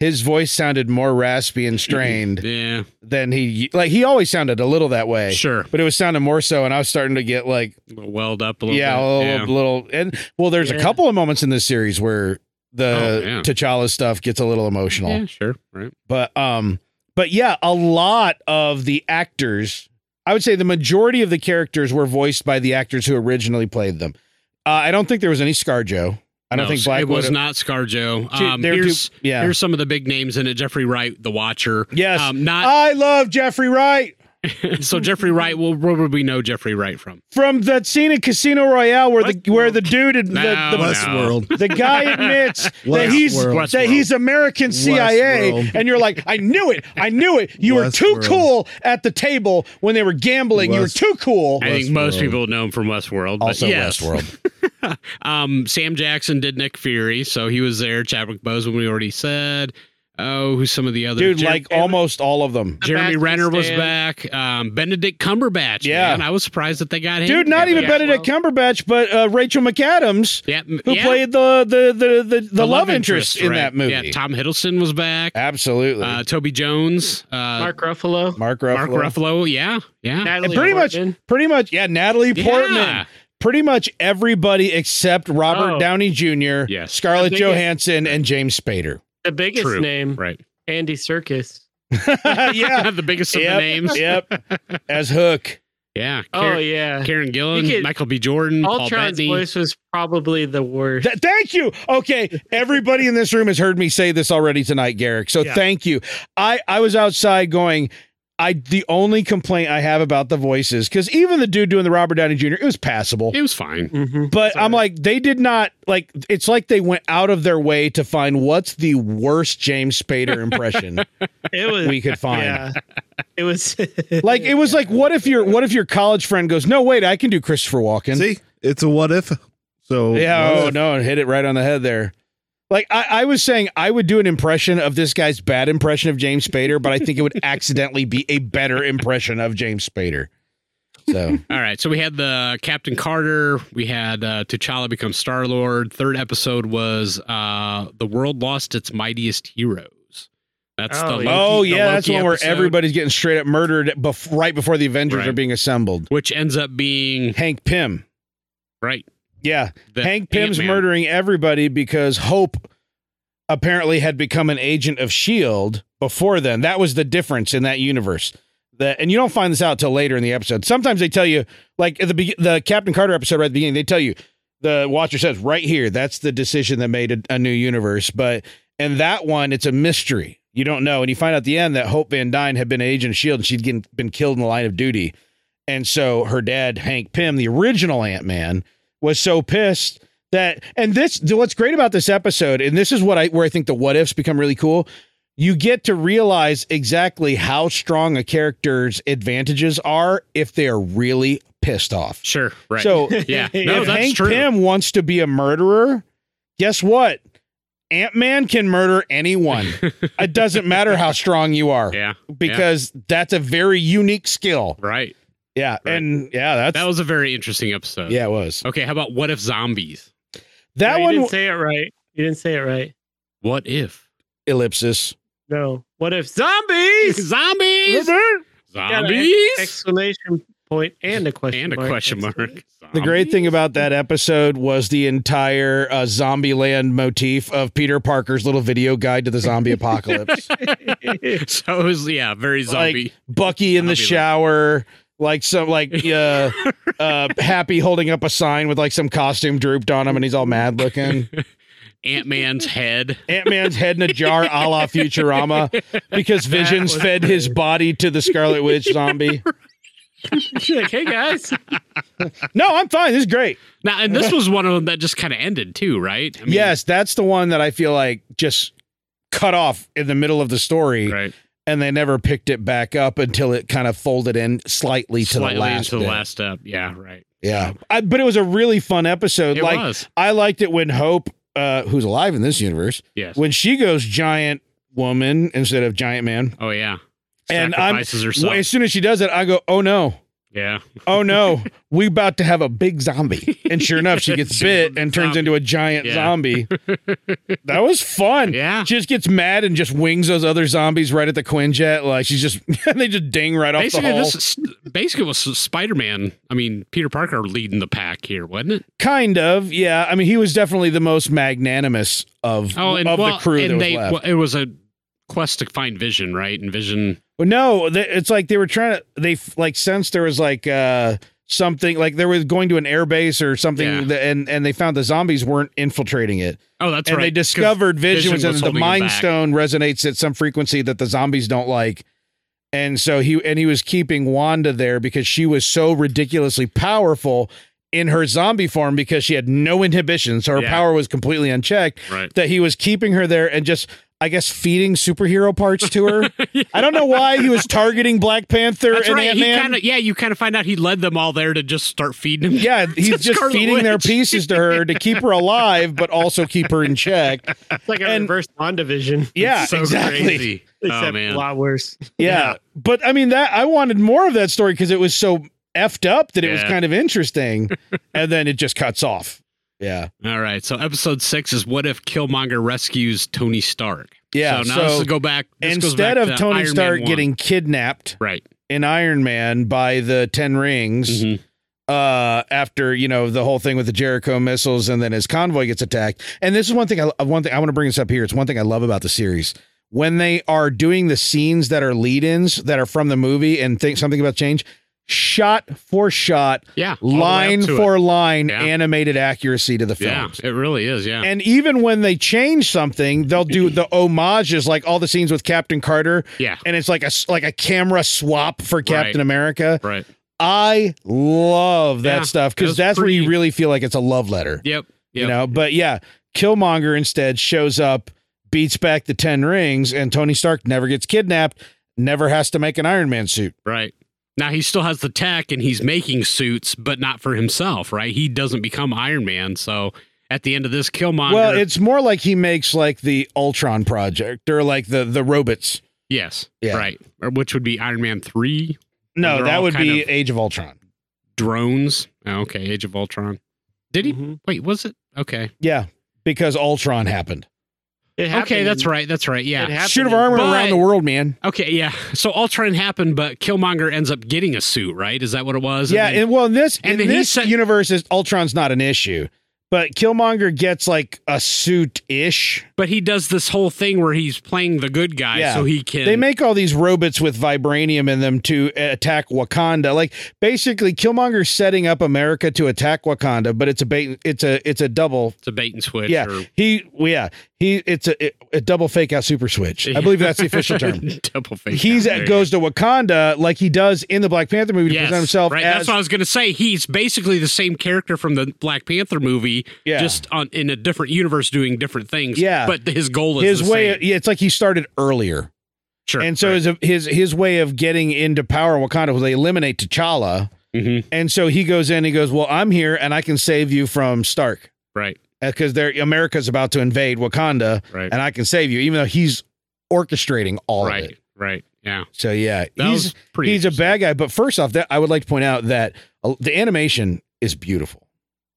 his voice sounded more raspy and strained
yeah,
than he like. He always sounded a little that way,
sure,
but it was sounding more so, and I was starting to get like,
welled up a little.
yeah,
bit.
a little, little- and well, there's a
Yeah.
couple of moments in this series where the
Oh, yeah.
T'Challa stuff gets a little emotional.
yeah, sure, right.
but um but yeah a lot of the actors i would say the majority of the characters were voiced by the actors who originally played them uh, i don't think there was any scarjo i don't
No,
think black
it was
Widow-
not ScarJo.
Two-
Um,
they were two-
here's
yeah
here's some of the big names in it: Jeffrey Wright, The Watcher.
yes Oh.
Um, not
i love jeffrey wright
so Jeffrey Wright. Well, where would we know Jeffrey Wright from?
from that scene in casino royale where the where the dude ad-
No,
the, the,
Westworld.
the guy admits that he's
Westworld.
that he's American CIA,
Westworld.
and you're like, I knew it, I knew it. You were too
Westworld.
cool at the table when they were gambling. you were
West-
too cool.
I think most
Westworld.
people know him from Westworld. But
also
yes.
Westworld.
Um, Sam Jackson did Nick Fury, so he was there. Chadwick Boseman, we already said. Oh, who's some of the other
dude
Jer-
like almost all of them
Jeremy
Sebastian
Renner was
Stan.
back. Um, Benedict Cumberbatch.
Yeah.
man. I was surprised that they got him.
dude not
together.
even benedict cumberbatch but uh, rachel mcadams
Yeah, m-
who
yeah.
played the the the the, the, love, interest, in
right.
that movie
Yeah, Tom Hiddleston was back.
absolutely
Uh, Toby Jones, uh, Mark,
Mark Ruffalo,
mark ruffalo,
Ruffalo. Yeah, yeah.
Natalie
pretty much-
Portman.
pretty much yeah natalie portman
Yeah.
pretty much everybody except robert
Oh.
downey jr
Yes.
scarlett
I think it-
johansson and james spader
the biggest
True.
name,
Right.
Andy Circus.
yeah
the biggest of
yep,
the names.
yep as hook
Yeah.
Oh
Karen,
yeah,
Karen Gillan,
You could-
Michael B. Jordan, Paul
Ultron's
Bettany.
voice was probably the worst.
Th- thank you. Okay, everybody in this room has heard me say this already tonight, Garrick. So
Yeah.
thank you. I I was outside going. I the only complaint I have about the voices because even the dude doing the Robert Downey Jr. it was passable,
It was fine.
Mhm.
but
Sorry.
I'm like they did not like. It's like they went out of their way to find what's the worst James Spader impression
it was
we could find.
Yeah, it was
Like it was like what if your what if your college friend goes no wait I can do Christopher Walken
See, it's a what if. So
Yeah,
what
oh
if?
no, hit it right on the head there. Like I, I was saying, I would do an impression of this guy's bad impression of James Spader, but I think it would accidentally be a better impression of James Spader. So
All right. So we had the Captain Carter. We had uh, T'Challa becomes Star Lord. Third episode was uh, the world lost its mightiest heroes. That's the
Oh,
Loki,
yeah.
oh
the
yeah, that's
Loki
one where
episode,
everybody's getting straight up murdered bef- right before the Avengers
Right.
are being assembled.
which ends up being
Hank Pym,
right.
yeah,
the
Hank Pym's
Ant-Man.
murdering everybody because Hope apparently had become an agent of Shield E before then. That was the difference in that universe. That and you don't find this out till later in the episode. Sometimes they tell you, like at the be- the Captain Carter episode right at the beginning, they tell you the Watcher says right here that's the decision that made a, a new universe. But in that one, it's a mystery. You don't know, and you find out at the end that Hope Van Dyne had been an agent of Shield E and she'd get, been killed in the line of duty. And so her dad, Hank Pym, the original Ant Man, was so pissed that and this what's great about this episode and this is what I where I think the what ifs become really cool. You get to realize exactly how strong a character's advantages are if they are really pissed off.
Sure. Right.
So
yeah. No,
if
that's
Hank
true.
Pym wants to be a murderer, guess what? Ant Man can murder anyone. it doesn't matter how strong you are
yeah.
because that's a very unique skill.
Right.
Yeah,
Right.
and yeah, that's
That was Oh, a very interesting episode.
yeah, it was
Okay. How about what if zombies?
that
No,
one.
You didn't say it right. You didn't say it right.
What if
ellipsis.
No. What if zombies?
zombies? Zombies?
Exclamation point and a question.
And a
mark.
question mark.
The
Um,
great thing about that episode was the entire uh, zombie land motif of Peter Parker's little video guide to the zombie apocalypse.
so it was yeah, very zombie.
Bucky in the
Zombieland.
shower, like some like uh, uh, happy holding up a sign with like some costume drooped on him, and he's all mad looking.
Ant Man's head.
Ant Man's head in a jar, a la Futurama, because Visions
was
fed his body to the Scarlet Witch zombie.
like, hey guys,
No, I'm fine. This is great.
Now, and this was one of them that just kind of ended too, right? I mean,
yes, that's the one that I feel like just cut off in the middle of the story,
Right.
and they never picked it back up until it kind of folded in slightly to
Slightly
the last.
into the
bit.
last step. Yeah. Right.
yeah. I, but it was a really fun episode.
It
like
was.
I liked it when Hope, uh, who's alive in this universe,
Yes.
when she goes giant woman instead of giant man.
Oh yeah.
And I'm-
Sacrifices herself.
As soon as she does it, I go, oh no.
yeah.
Oh no, we about to have a big zombie. And sure enough, she gets
She
bit
becomes a
and turns
zombie.
into a giant
Yeah.
zombie. That was fun.
Yeah.
She just gets mad and just wings those other zombies right at the Quinjet. Like she's just, they just ding right off
Basically,
the hole.
this is, basically was Spider Man. I mean, Peter Parker leading the pack here, wasn't it?
kind of, yeah. I mean, he was definitely the most magnanimous of,
Oh, and
of
well,
the crew
and
that was
they
left.
well, it was a quest to find Vision, right? And Vision,
Well, no, th- it's like they were trying to. They f- like sensed there was like uh something like they were going to an airbase or something,
Yeah.
that, and and they found the zombies weren't infiltrating it,
oh, that's
and
right.
they
'cause
discovered Vision,
Vision
was, in
was
the
holding him
Mind
back.
Stone resonates at some frequency that the zombies don't like. And so he and he was keeping Wanda there because she was so ridiculously powerful in her zombie form because she had no inhibitions, so her
Yeah.
power was completely unchecked
Right.
that he was keeping her there and just I guess feeding superhero parts to her. I don't know why he was targeting Black Panther
That's
and
right.
Ant
He
Man.
kind of yeah, you kind of find out he led them all there to just start feeding them.
yeah, he's just
Scarlet
feeding their
Witch.
pieces to her to keep her alive, but also keep her in check.
it's like a
And-
reverse WandaVision,
Yeah,
so
exactly.
crazy.
except
Oh man,
a lot worse.
Yeah. but I mean that I wanted more of that story because it was so effed up that it was
Yeah.
kind of interesting, and then it just cuts off. Yeah,
All right. So episode six is what if Killmonger rescues Tony Stark?
yeah.
So now this will go back. This goes
instead
back
of
to
Tony
Iron Man
Stark
1.
getting kidnapped
right,
in Iron Man by the Ten Rings.
Mhm.
uh after you know the whole thing with the Jericho missiles and then his convoy gets attacked. And this is one thing I uh, one thing I want to bring this up here. It's one thing I love about the series. When they are doing the scenes that are lead-ins that are from the movie and think something about change, shot for shot,
yeah, all the way up
line
to it.
for line,
Yeah.
animated accuracy to the film.
yeah, it really is. Yeah,
And even when they change something, they'll do the homages, like all the scenes with Captain Carter,
yeah,
and it's like a s- like a camera swap for Captain America.
right.
I love that
Yeah,
stuff
it
because
was
that's where you
pretty-
really feel like it's a love letter.
Yep.
You know, but yeah, Killmonger instead shows up, beats back the Ten Rings, and Tony Stark never gets kidnapped, never has to make an Iron Man suit.
Right. Now he still has the tech and he's making suits, but not for himself, right? He doesn't become Iron Man. So at the end of this Killmonger,
Well, it's more like he makes like the Ultron project or like the the robots.
yes,
Yeah.
right, or which would be Iron Man three Well,
No,
they're
that
all
would
kind
be
of-
Age of Ultron.
drones. Oh, okay, Age of Ultron. Did he?
Mhm.
Wait, was it? Okay,
Yeah, because Ultron happened.
It happened
okay, that's
in-
right, that's right.
It
Yeah.
happened
Shoot of
in-
armor
But-
around the world, man.
Okay, yeah. So Ultron happened, but Killmonger ends up getting a suit, right? Is that what it was?
Yeah,
And then-
and well, in this
and
in
then he
this
said-
universe, is Ultron's not an issue, but Killmonger gets like a suit ish.
but he does this whole thing where he's playing the good guy,
Yeah.
so he can.
They make all these robots with vibranium in them to attack Wakanda. Like basically, Killmonger's setting up America to attack Wakanda, but it's a bait, it's a it's a double.
it's a bait and switch.
Yeah,
Or,
He well, yeah He it's a, a double fake out super switch. I believe that's the official term.
Double fake.
He's
out. There
at,
you
goes to Wakanda like he does in the Black Panther movie to
Yes,
present himself
right.
as
That's what I was gonna say. He's basically the same character from the Black Panther movie,
yeah.
just on in a different universe doing different things.
Yeah.
but his goal is
his
the
way.
Same.
yeah, it's like he started earlier.
Sure.
And so
right.
his, his his way of getting into power in Wakanda was they eliminate T'Challa,
Mhm.
and so he goes in. He goes, "Well, I'm here, and I can save you from Stark,
Right.
Because they're America's about to invade Wakanda,
Right.
and I can save you, even though he's orchestrating all of
right.
it.
Right. Yeah.
So yeah,
That
he's
was pretty.
he's a bad guy. But first off, that I would like to point out that uh, the animation is beautiful,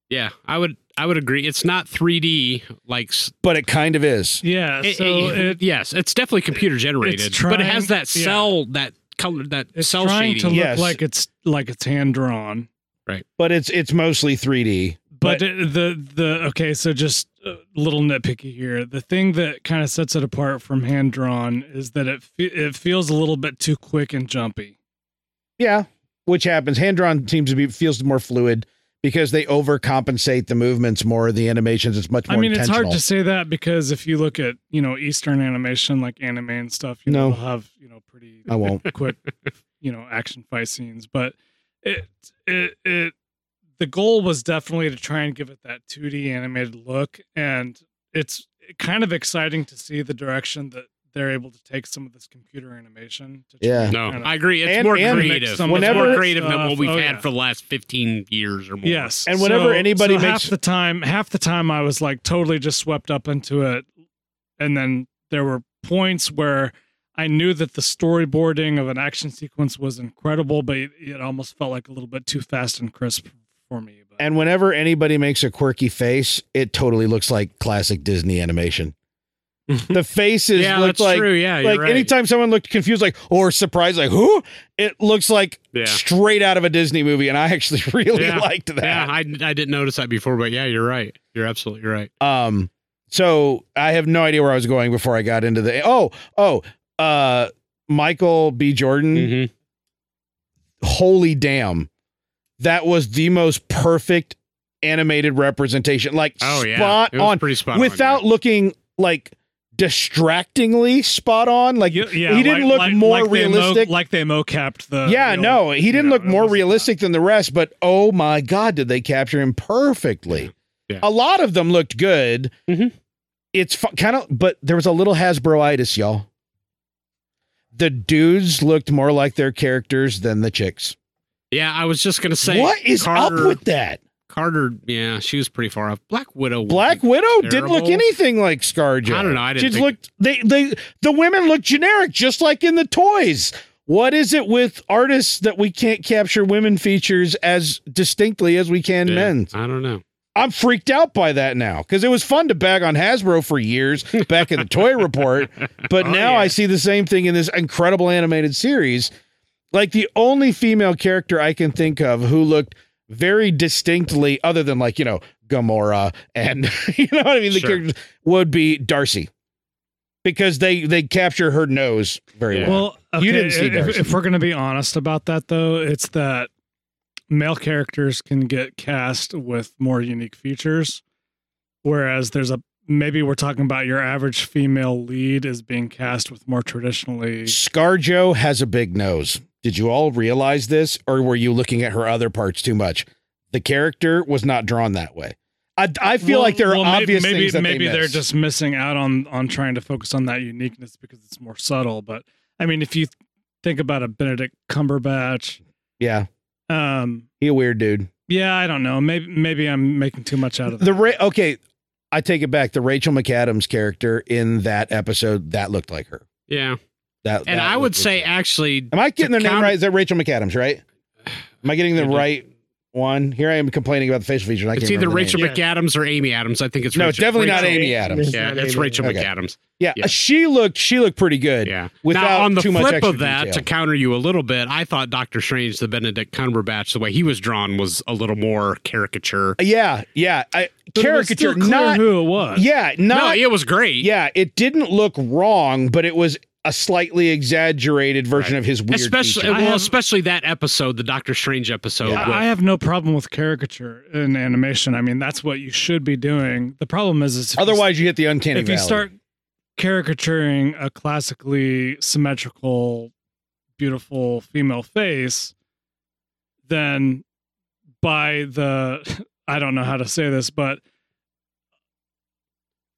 Yeah, I would. I would agree. It's not 3D like. s-
but it kind of is.
Yeah.
it-
Uh, so
it-
it,
yes, it's definitely computer generated,
It's
but it has
trying-
that
yeah.
cell, that color, that
it's
cell
trying
shading.
to look
Yes.
like it's like it's hand drawn.
But it's it's mostly 3D.
But, it, the the okay, so just a little nitpicky here. The thing that kind of sets it apart from hand drawn is that it fe- it feels a little bit too quick and jumpy.
Yeah, which happens. Hand drawn seems to be feels more fluid because they overcompensate the movements more. The animations it's much more.
I mean, it's
intentional.
hard to say that because if you look at you know Eastern animation like anime and stuff, you
No.
know, they'll have you know pretty
I won't.
quick you know action fight scenes, but it it it the goal was definitely to try and give it that 2D animated look, and it's kind of exciting to see the direction that they're able to take some of this computer animation. To try
Yeah.
and
No,
kind of-
I agree. It's
And-
more
and
make
creative.
some-
it's
whenever-
more creative than what
stuff.
we've
Oh,
had
yeah.
for the last 15 years or more.
Yes.
And whenever anybody
so
makes-
half the time, half the time I was like totally just swept up into it, and then there were points where I knew that the storyboarding of an action sequence was incredible, but it, it almost felt like a little bit too fast and crisp for me. But
And whenever anybody makes a quirky face, it totally looks like classic Disney animation. the faces
Yeah,
look
that's
like
true. Yeah, you're
like
right.
anytime someone looked confused, like or surprised, like who? It looks like
Yeah.
straight out of a Disney movie, and I actually really
Yeah.
liked that.
Yeah, I, I didn't notice that before, but yeah, you're right. You're absolutely right.
Um, so I have no idea where I was going before I got into the oh oh uh Michael B. Jordan.
Mm-hmm.
Holy damn, that was the most perfect animated representation. Like
Oh yeah,
spot
it was
on,
pretty spot on,
without
yeah.
looking like distractingly spot on. Like
You- yeah,
he didn't
like-
look
like-
more
like they mo-
realistic.
like they mocapped the.
yeah,
real-
no, he didn't
yeah,
look
it
more
wasn't that.
realistic than the rest, but oh my god, did they capture him perfectly?
Yeah.
A lot of them looked good.
Mhm.
It's fu- kind of, but there was a little Hasbroitis, y'all. The dudes looked more like their characters than the chicks.
Yeah, I was just gonna say
what is
Carter-
up with that?
Carter? Yeah, she was pretty far off. Black Widow. was-
Black Widow didn't
terrible.
look anything like ScarJo.
I don't know, I didn't
She just
think-
looked they they the women looked generic, just like in the toys. What is it with artists that we can't capture women features as distinctly as we can
Yeah,
men's?
I don't know.
I'm freaked out by that now because it was fun to bag on Hasbro for years back in the toy report, but
Oh,
now
yeah.
I see the same thing in this incredible animated series. Like the only female character I can think of who looked very distinctly, other than like you know Gamora and you know what I mean, the
Sure.
characters would be Darcy because they they capture her nose very
Yeah.
well.
Well, okay,
You didn't see
if,
Darcy.
if we're going to be honest about that, though, it's that male characters can get cast with more unique features, whereas there's a maybe we're talking about your average female lead is being cast with more traditionally.
ScarJo has a big nose. Did you all realize this, or were you looking at her other parts too much? The character was not drawn that way. I, I feel
Well-
like there are
well, may-
obvious
maybe,
things that
maybe
they
are
missed.
just missing out on on trying to focus on that uniqueness because it's more subtle. But I mean, if you think about a Benedict Cumberbatch,
yeah.
um,
He a weird dude.
yeah, I don't know. Maybe maybe I'm making too much out of that.
The Ra- okay, I take it back. The Rachel McAdams character in that episode that looked like her.
Yeah,
That that
and I would
looked like
say
her.
actually,
am I getting their name
count-
right? Is that Rachel McAdams? Right? Am I getting the
It-
right one? Here I am complaining about the facial features. and I
it's
can't
either
remember the
Rachel
name.
McAdams or Amy Adams. I think it's
No, it's
Rachel,
definitely not
Rachel-
Amy Adams.
Yeah,
Not
it's
Amy
Rachel
Okay.
McAdams.
Yeah,
Yeah.
she looked she looked pretty good.
Yeah.
Without
now, on the
too much
flip
extra
of that,
detail.
to counter you a little bit, I thought Doctor Strange, the Benedict Cumberbatch, the way he was drawn was a little more caricature.
Yeah, yeah. I,
But it was still
caricature,
clear
not
who it was.
yeah,
no,
not
it was great.
yeah. It didn't look wrong, but it was a slightly exaggerated version
Right.
of his weird
especially
features.
well,
I have-
especially that episode, the Doctor Strange episode.
I- I have no problem with caricature in animation. I mean, that's what you should be doing. The problem is, is if you
Otherwise, you hit the uncanny
if you
valley.
start caricaturing a classically symmetrical beautiful female face then by the i don't know how to say this but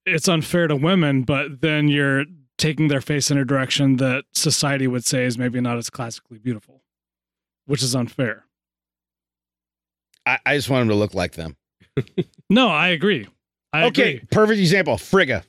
it's unfair to women but then you're taking their face in a direction that society would say is maybe not as classically beautiful which is unfair
I, I just want him to look like them.
no i agree I
okay,
agree.
perfect example. Frigga.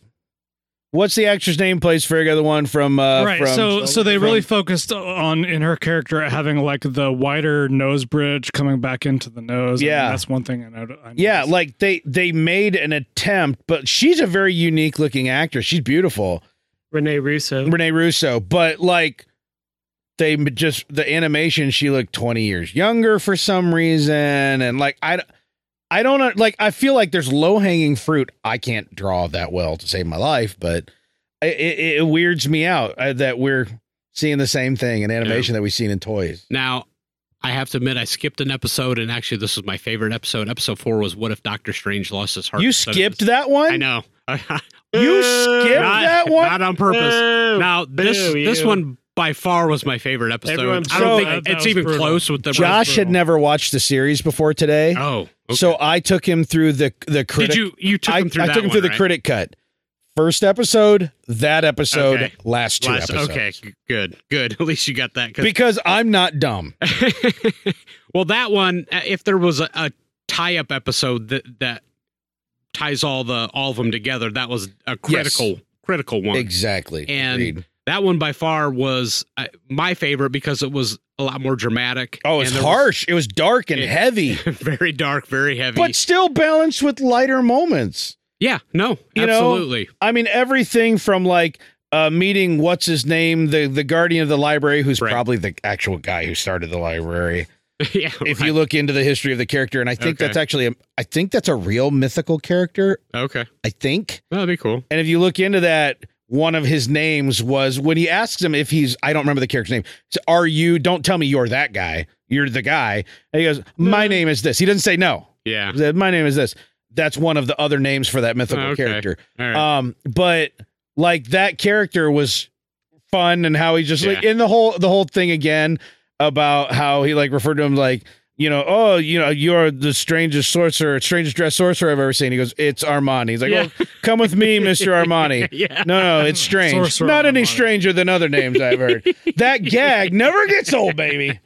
What's the actress name? Plays Frigga, the one from uh,
right.
From,
so so they
from-
really focused on in her character having like the wider nose bridge coming back into the nose. I mean,
Yeah.
that's one thing I know. I
yeah,
noticed.
like they they made an attempt, but she's a very unique looking actress. She's beautiful,
Rene Russo.
Renee Russo. But like they m- just the animation, she looked twenty years younger for some reason, and like I. d- I don't know- like. I feel like there's low hanging fruit. I can't draw that well to save my life, but it, it, it weirds me out uh, that we're seeing the same thing in animation that we've seen in toys.
Now, I have to admit, I skipped an episode, and actually, this was my favorite episode. Episode four was "What if Doctor Strange lost his heart?"
You
instead of
skipped
his-"
that one?
I know. Uh,
You skipped
Not-
that one?
Not on purpose.
Boo.
Now this
Boo,
this
you.
one by far was my favorite episode.
Everyone's
I don't
so-
think
That- that
it's
was
even
brutal.
close with the
Josh had never watched the series before today.
Oh, okay.
So I took him through the the critic.
did you you took
I,
him through?
I
that
took him
one,
through the
right?
critic cut. First episode, that episode,
Okay.
last two
Last-
episodes.
okay, good, good. At least you got that. 'cause-
Because I'm not dumb.
well, that one, uh, if there was a, a tie-up episode that that ties all the all of them together, that was a critical critical one.
Exactly.
And-
Agreed.
That one by far was uh, my favorite because it was a lot more dramatic.
oh, it's
and there
harsh. it was dark and
It-
heavy,
was very dark, very heavy.
but still balanced with lighter moments.
yeah, no,
You know,
absolutely.
I mean, everything from like uh, meeting what's his name, the the guardian of the library, who's
Right.
probably the actual guy who started the library.
yeah,
if
right.
you look into the history of the character and i think
Okay.
that's actually a, i think that's a real mythical character
okay,
i think
that'd be cool.
and if you look into that one of his names was when he asks him if he's i don't remember the character's name it's, are you don't tell me you're that guy you're the guy and he goes my name is this he doesn't say no
Yeah,
He said, my name is this that's one of the other names for that mythical
Okay.
character
all right.
um but like that character was fun and how he just like
Yeah.
in the whole the whole thing again about how he like referred to him like you know oh you know you're the strangest sorcerer strangest dressed sorcerer i've ever seen he goes it's armani he's like
Yeah.
oh, come with me mr armani
yeah,
no no it's strange
Sorcerer
not any
Armani.
stranger than other names i've heard that gag never gets old baby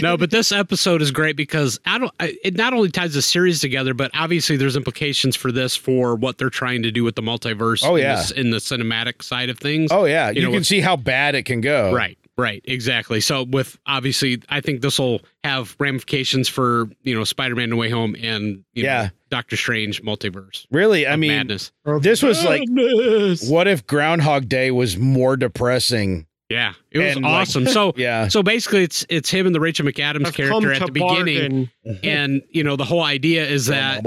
no, but this episode is great because I don't. I, it not only ties the series together, but obviously there's implications for this for what they're trying to do with the multiverse.
Oh,
in
yeah.
this- in the, cinematic side of things.
oh yeah
You
you,
know
can
what-
see how bad it can go
right, right, exactly. So with obviously, I think this will have ramifications for you know Spider-Man: No Way Home and you know,
Yeah.
Doctor Strange multiverse.
really i
of
mean
madness.
this was like
Madness.
what if groundhog day was more depressing
Yeah, it was
and, like-
awesome. so.
yeah
So basically, it's it's him and the Rachel McAdams
I've come
character at
to
the beginning,
bargain.
and you know the whole idea is that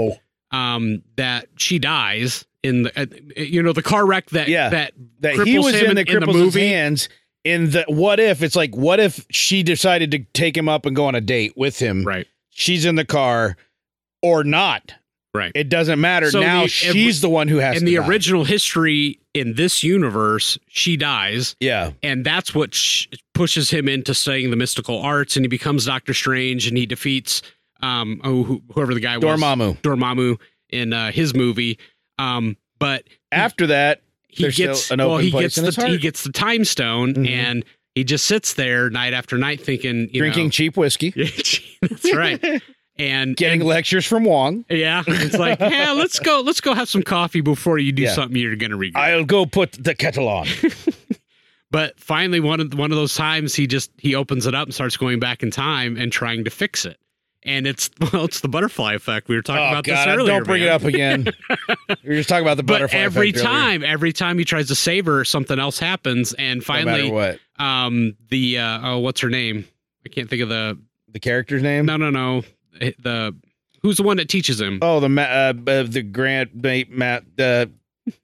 um that she dies in the uh, you know the car wreck that
Yeah.
that
that he
cripples
was
him
in the
in the
cripple's his
movie.
hands in the what if it's like what if she decided to take him up and go on a date with him
right
she's in the car or not
Right.
it doesn't matter
So
now
the-
she's the one who has
in
to
the
die.
original history in this universe she dies
yeah
and that's what sh- pushes him into studying the mystical arts and he becomes Doctor Strange and he defeats um oh who, whoever the guy was Hmm.
Dormammu
Dormammu in uh, his movie um but
after that
he
There's
gets
still an open
well, he
place
gets
in
the
his heart.
he gets the time stone
Mhm.
and he just sits there night after night thinking you
drinking
know,
cheap whiskey
that's right and
getting lectures from Wong
Yeah, it's like, yeah, let's go, let's go have some coffee before you do
Yeah.
something you're gonna regret.
I'll go put the kettle on
but finally, one of one of those times, he just he opens it up and starts going back in time and trying to fix it. And it's well, it's the butterfly effect we were talking
oh
about
god
this earlier.
don't bring
man.
it up again we were just talking about the
But
butterfly
every
effect earlier.
time, every time he tries to save her, something else happens, and
no
finally,
matter what
um, the uh, oh, what's her name? I can't think of the
the character's name
no, no, no, Eh, the who's the one that teaches him?
Oh, the ma- uh, uh, the Grant mate Matt uh,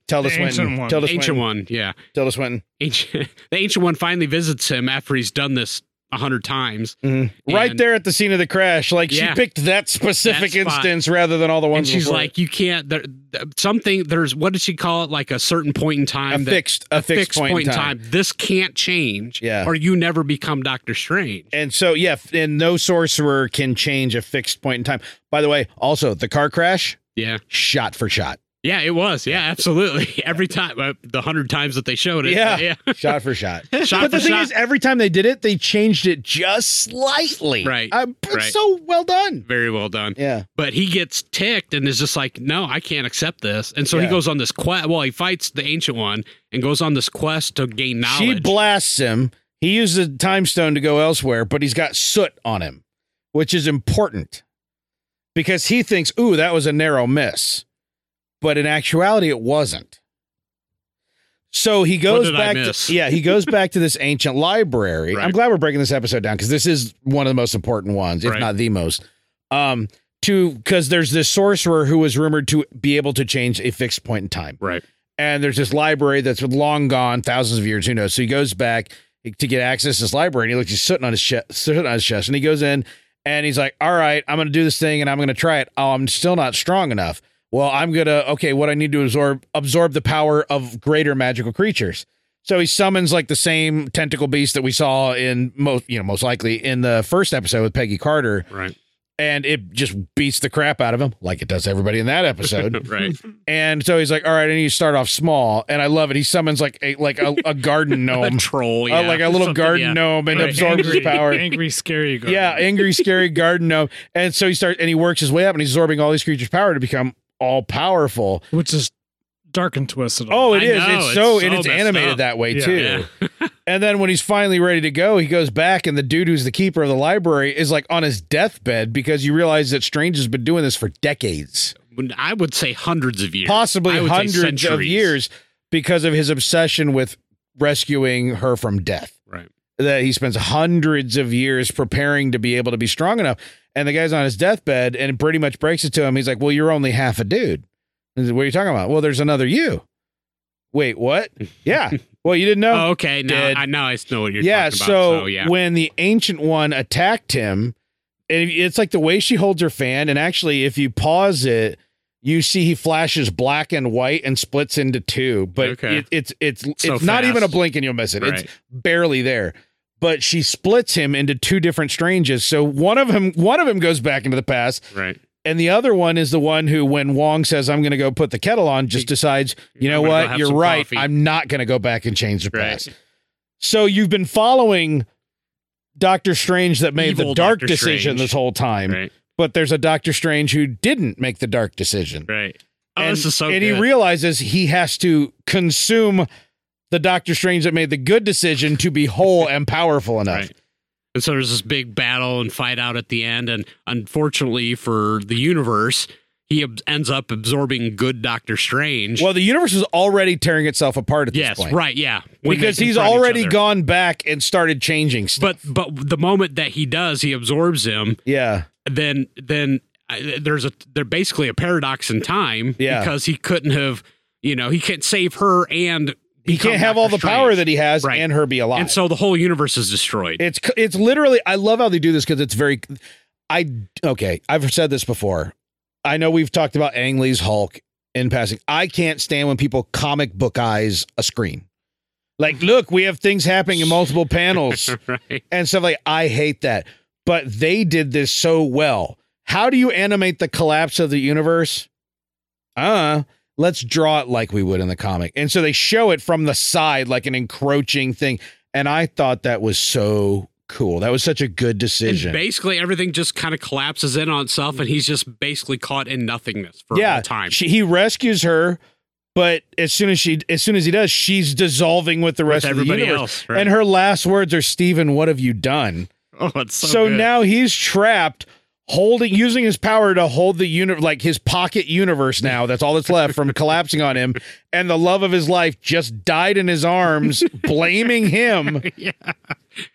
Tell
The
us
ancient
Winton.
one.
Tell us
Ancient
Winton.
one, yeah.
Tell us Winton.
Ancient, the ancient one finally visits him after he's done this a hundred times,
Mm-hmm. Right
And-
there at the scene of the crash, like
Yeah.
she picked that specific
That spot.
instance rather than all the
and
ones.
she's
before.
like, "You can't." There, th- something there's what did she call it? Like a certain point in
a
time, that-
fixed, a, fixed, point, in time.
This can't change,
Yeah.
or you never become Doctor Strange.
And so, yeah, f- and no sorcerer can change a fixed point in time. By the way, also the car crash,
yeah,
shot for shot,
yeah, it was, yeah, absolutely. Every time, uh, the hundred times that they showed it,
Yeah.
yeah.
shot for shot.
Shot
but the
for
thing
shot.
is, every time they did it, they changed it just slightly.
Right,
Uh, but
right.
So well done.
very well done.
Yeah.
But he gets ticked and is just like, no, I can't accept this. And so he
Yeah.
goes on this quest. Well, he fights the ancient one and goes on this quest to gain knowledge.
She blasts him. He uses the time stone to go elsewhere, but he's got soot on him, which is important because he thinks, ooh, that was a narrow miss. But in actuality, it wasn't. So he goes
did I
back.
miss?
To, yeah, he goes back to this ancient library. I'm
Right.
glad we're breaking this episode down because this is one of the most important ones, if
Right.
not the most. Um, to because there's this sorcerer who was rumored to be able to change a fixed point in time
right.
and there's this library that's long gone, thousands of years, who knows? So he goes back to get access to this library, and he looks, he's sitting on his chest, sitting on his chest, and he goes in, and he's like, "All right, I'm going to do this thing, and I'm going to try it. Oh, I'm still not strong enough. Well, I'm gonna okay. What I need to absorb absorb the power of greater magical creatures." So he summons like the same tentacle beast that we saw in most, you know, most likely in the first episode with Peggy Carter,
Right.
and it just beats the crap out of him, like it does everybody in that episode.
Right.
And so he's like, "All right, I need to start off small." And I love it. He summons like a like a, a garden
a
gnome,
troll.
Uh,
Yeah.
like a little
Something,
garden
yeah.
gnome, and
Right.
absorbs
angry,
his power.
Angry, scary guy.
Yeah, angry, scary garden gnome. And so he starts and he works his way up, and he's absorbing all these creatures' power to become all powerful.
which is dark and twisted.
Oh, it
I
is.
know,
It's
it's
so, and
so
it's
messed
animated
up.
that way
Yeah.
too.
Yeah.
And then when he's finally ready to go, he goes back, and the dude who's the keeper of the library is like on his deathbed because you realize that Strange has been doing this for decades.
I would say hundreds of years.
possibly
I would say
hundreds of
centuries.
years because of his obsession with rescuing her from death.
Right.
That he spends hundreds of years preparing to be able to be strong enough. And the guy's on his deathbed and it pretty much breaks it to him. He's like, Well, you're only half a dude. And he said, what are you talking about? Well, there's another you. Wait, what? Yeah. Well, you didn't know
Oh, okay. Now
Dead.
I now I know what you're
yeah,
talking
so,
about. So yeah.
when the ancient one attacked him, and it's like the way she holds her fan, and actually, if you pause it, you see he flashes black and white and splits into two. But
Okay.
it, it's it's it's
So
not
fast.
even a blink and you'll miss it.
Right.
It's barely there. But she splits him into two different stranges. So one of him one of him goes back into the past,
Right.
and the other one is the one who, when Wong says, "I'm going to go put the kettle on," just decides, you know
I'm gonna go
what,
have
you're
some
right.
coffee."
I'm not going to go back and change the
Right.
past. So you've been following Doctor Strange that made
Evil
the dark
Doctor
decision
Strange.
this whole time,
Right.
but there's a Doctor Strange who didn't make the dark decision,
Right. Oh, this is so
and
good.
he realizes he has to consume the Doctor Strange that made the good decision to be whole and powerful enough.
Right. And so there's this big battle and fight out at the end. And unfortunately for the universe, he ab- ends up absorbing good Doctor Strange.
Well, the universe is already tearing itself apart at
yes,
this point.
right, yeah. When they
Because he's
confront each
already
other.
gone back and started changing stuff.
But but the moment that he does, he absorbs him.
yeah.
Then then uh, there's a they're basically a paradox in time
Yeah.
because he couldn't have you know he can't save her and
he
become
can't have all the
Doctor
power
Strange.
that he has
Right.
and her be alive.
and so the whole universe is destroyed.
it's c- it's literally. I love how they do this because it's very. I okay. I've said this before. I know we've talked about Ang Lee's Hulk in passing. I can't stand when people comic book eyes a screen. Like, look, we have things happening in multiple panels.
right.
and stuff like I hate that. But they did this so well. How do you animate the collapse of the universe? Uh let's draw it like we would in the comic. And so they show it from the side like an encroaching thing. And I thought that was so cool. That was such a good
And
decision.
basically, everything just kind of collapses in on itself, and he's just basically caught in nothingness for
yeah,
a time.
She, he rescues her, but as soon as she as soon as he does, she's dissolving with the
with
rest of the
everybody
universe.
else, right?
And her last words are, Steven, what have you done?
oh, it's so,
so,
good.
now he's trapped holding using his power to hold the unit like his pocket universe now that's all that's left from collapsing on him and the love of his life just died in his arms blaming him
Yeah.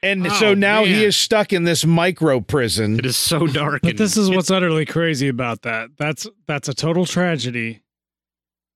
and
Oh,
so now he
man.
is stuck in this micro prison
it is so dark.
But
and
this is what's utterly crazy about that. That's that's a total tragedy.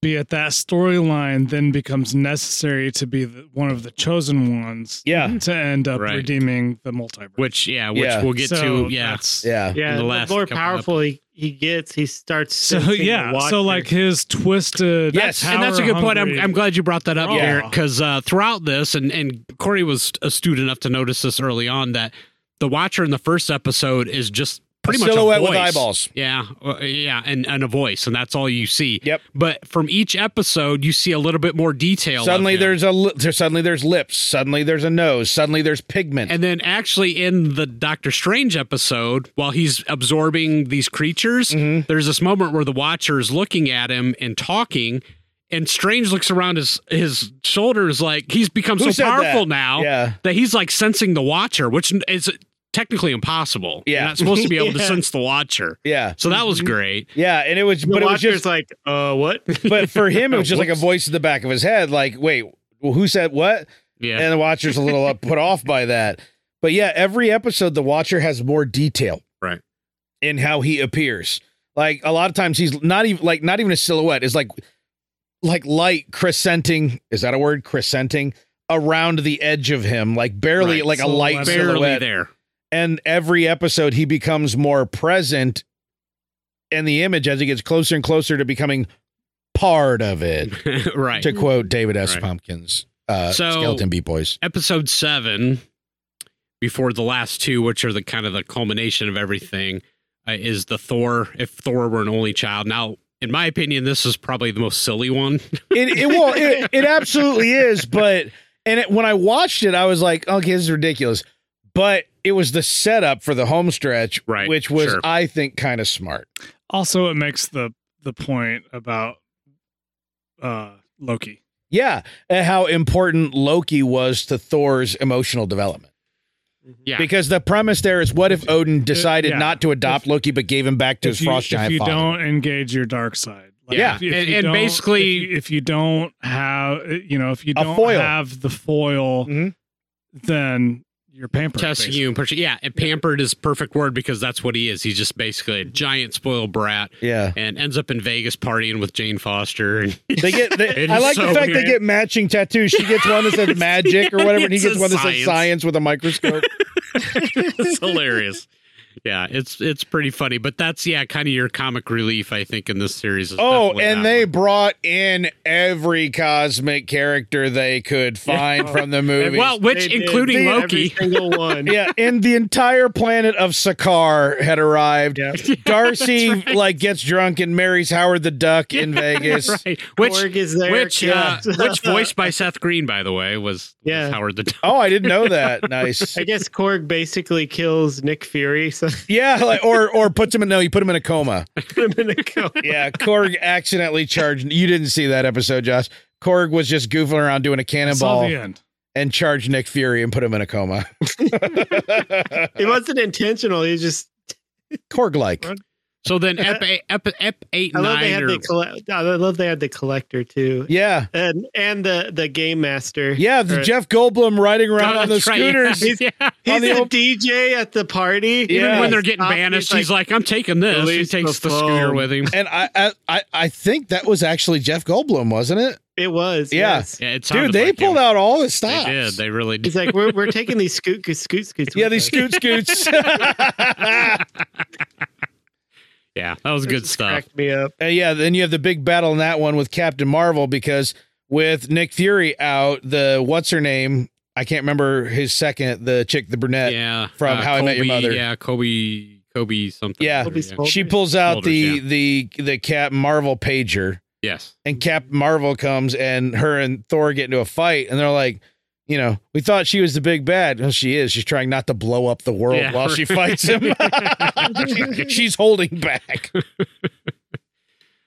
be at that storyline then becomes necessary to be the, one of the chosen ones
Yeah.
to end up
Right.
redeeming the multiverse.
Which yeah, which
Yeah.
we'll get
So
to. Yeah,
that's-
Yeah.
Yeah,
the
the,
last
more
couple
powerful he, he gets, he starts.
so
sensing the
yeah,
watcher.
so like his twisted.
Yes,
and that's a good point. I'm,
power-hungry-
I'm glad you brought that up,
Yeah.
Garrett, because uh, throughout this, and and Corey was astute enough to notice this early on that the Watcher in the first episode is just pretty
A
much
silhouette
a
with
voice.
eyeballs.
Yeah, uh, yeah, and and a voice, and that's all you see.
Yep.
But from each episode, you see a little bit more detail. of
Suddenly
him.
there's a li- there- suddenly there's lips. Suddenly there's a nose. Suddenly there's pigment.
And then actually in the Doctor Strange episode, while he's absorbing these creatures,
Mhm.
there's this moment where the Watcher is looking at him and talking, and Strange looks around his his shoulders like he's become
Who
so
said that?
powerful now
yeah.
that he's like sensing the Watcher, which is technically impossible.
Yeah. Mm-hmm.
You're not supposed to be able to
Yeah.
sense the Watcher.
Yeah.
So that was great.
Yeah. And it was,
the
but it was
watcher's
just,
like, uh, what?
but for him, it was just like a
Whoops.
voice in the back of his head. Like, wait, well, who said what?
Yeah.
And the Watcher's a little up, put off by that. But yeah, every episode, the Watcher has more detail,
Right.
in how he appears. Like a lot of times, he's not even like not even a silhouette. Is like like light crescenting. Is that a word? Crescenting around the edge of him, like barely
Right.
like a light
Silhouette.
Barely
silhouette.
there.
And every episode, he becomes more present in the image as he gets closer and closer to becoming part of it.
right.
To quote David S.
Right.
Pumpkins, uh,
So-
Skeleton Beat Boys.
episode seven, before the last two, which are the kind of the culmination of everything, uh, is the Thor. If Thor were an only child, now in my opinion, this is probably the most silly one.
It it well it, it absolutely is, but and it, when I watched it, I was like, okay, this is ridiculous. But it was the setup for the home stretch,
Right,
which was
sure.
I think kind of smart.
also it makes the the point about uh Loki.
Yeah, and how important Loki was to Thor's emotional development.
Yeah.
Because the premise there is what if Odin decided
yeah.
not to adopt
If-
Loki but gave him back to his
if you,
frost
if
giant
you
father?
don't engage your dark side,
Yeah.
if you- if
And-
you
and
don't-
basically-
if you, if you don't have, you know, if you
A
don't
foil.
have the foil,
Mhm.
then you're pampered.
Testing
basically.
you and pushing. Yeah, and pampered is a perfect word because that's what he is. He's just basically a giant spoiled brat
yeah,
and ends up in Vegas partying with Jane Foster. And
they get. They,
It
I
is
like the
so
fact they
weird.
get matching tattoos. She gets one that says magic or whatever, and he
It's
gets
a
one that says
science.
science with a microscope.
it's hilarious. Yeah, it's it's pretty funny, but that's yeah, kind of your comic relief, I think, in this series. is
Oh,
definitely
and
that
they
one.
brought in every cosmic character they could find from the movie.
well,
They
which
did
including
every
Loki,
single one.
yeah, and the entire planet of Sakar had arrived.
Yeah.
Darcy like gets drunk and marries Howard the Duck in Vegas.
right? Which
Korg is there.
which uh,
Kaz.
which voiced by Seth Green, by the way, was,
Yeah.
was Howard the Duck.
Oh, I didn't know that. Nice.
I guess Korg basically kills Nick Fury, so
Yeah, like, or or puts him in no, you put him in a coma.
put him in the co-
Yeah, Korg accidentally charged. You didn't see that episode, Josh. Korg was just goofing around doing a
I saw
cannonball
the uh, end.
and charged Nick Fury and put him in a coma.
It wasn't intentional. He was just.
Korg like.
So then, Ep, Ep, Ep eight
I love they
nine.
had
Or,
the. Colle- I love they had the collector too,
Yeah.
and and the the game master.
Yeah, the
Or-
Jeff Goldblum riding around
Oh,
on the
that's right, yeah.
scooters.
Yeah.
on
He's
the
a
old-
DJ at the party.
Even
When they're
He's
getting
off,
banished, he's like, "I'm taking this." He
"Release
takes the,
the
scooter
phone."
with him.
And I, I- I I think that was actually Jeff Goldblum, wasn't it?
it was.
Yeah.
Yes.
Yeah, it
Dude,
sounded
they
like
pulled
him.
out all the stops.
They did. They really did.
He's like, we're, we're taking these scoot scoot scoots.
yeah,
with
these
us."
scoot scoots.
yeah, that was
That
good
just
stuff.
Cracked me up.
And Uh, yeah, then you have the big battle in that one with Captain Marvel because with Nick Fury out, the what's her name? I can't remember his second, the chick, the brunette.
Yeah, uh,
from How I Met Your
Kobe-
Mother.
Yeah, Kobe, Kobe something.
Yeah.
Kobe Smulders.
She pulls out the
Smulders,
the the Cap Marvel pager.
Yes.
and Cap Marvel comes and her and Thor get into a fight and they're like, you know, we thought she was the big bad. Well, she is. She's trying not to blow up the world
Yeah.
while she fights him. She's holding back.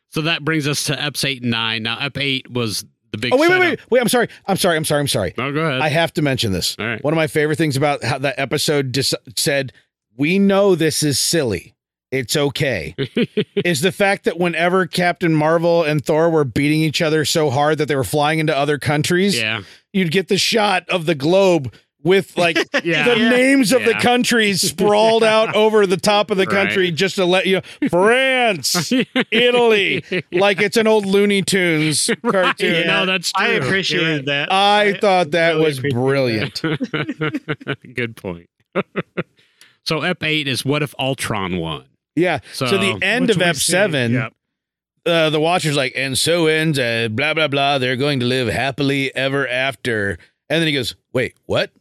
So that brings us to Eps eight and nine. Now, Ep eight was the big.
Oh wait, wait,
setup.
wait, wait. I'm sorry. I'm sorry. I'm sorry. I'm sorry.
No, go ahead.
I have to mention this.
All right.
One of my favorite things about how that episode dis- said, "We know this is silly. It's okay." is the fact that whenever Captain Marvel and Thor were beating each other so hard that they were flying into other countries,
yeah.
you'd get the shot of the globe with like
Yeah.
the names of the
Yeah.
countries sprawled out over the top of the
Right.
country just to let you know France, Italy, like it's an old Looney Tunes
Right.
cartoon.
No, that's true.
I appreciated that.
I thought that
really
was
appreciate that.
brilliant.
that. Good point. so Ep eight is what if Ultron won?
Yeah.
So,
so the end
Which
of
we've
F seven,
seen. Yep.
uh, the Watcher's like, and so ends uh, blah blah blah. They're going to live happily ever after. And then he goes, wait, what?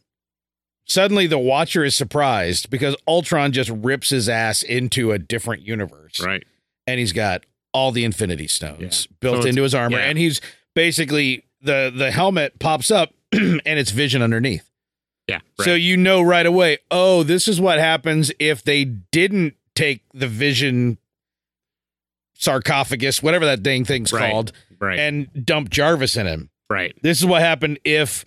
Suddenly, the Watcher is surprised because Ultron just rips his ass into a different universe,
right.
and he's got all the Infinity Stones built
So
into his armor,
yeah.
and he's basically the the helmet pops up, and it's Vision underneath.
Yeah.
So
right.
you know right away, oh, this is what happens if they didn't take the vision sarcophagus, whatever that dang thing's
Right.
called,
right.
and dump Jarvis in him.
right.
This is what happened if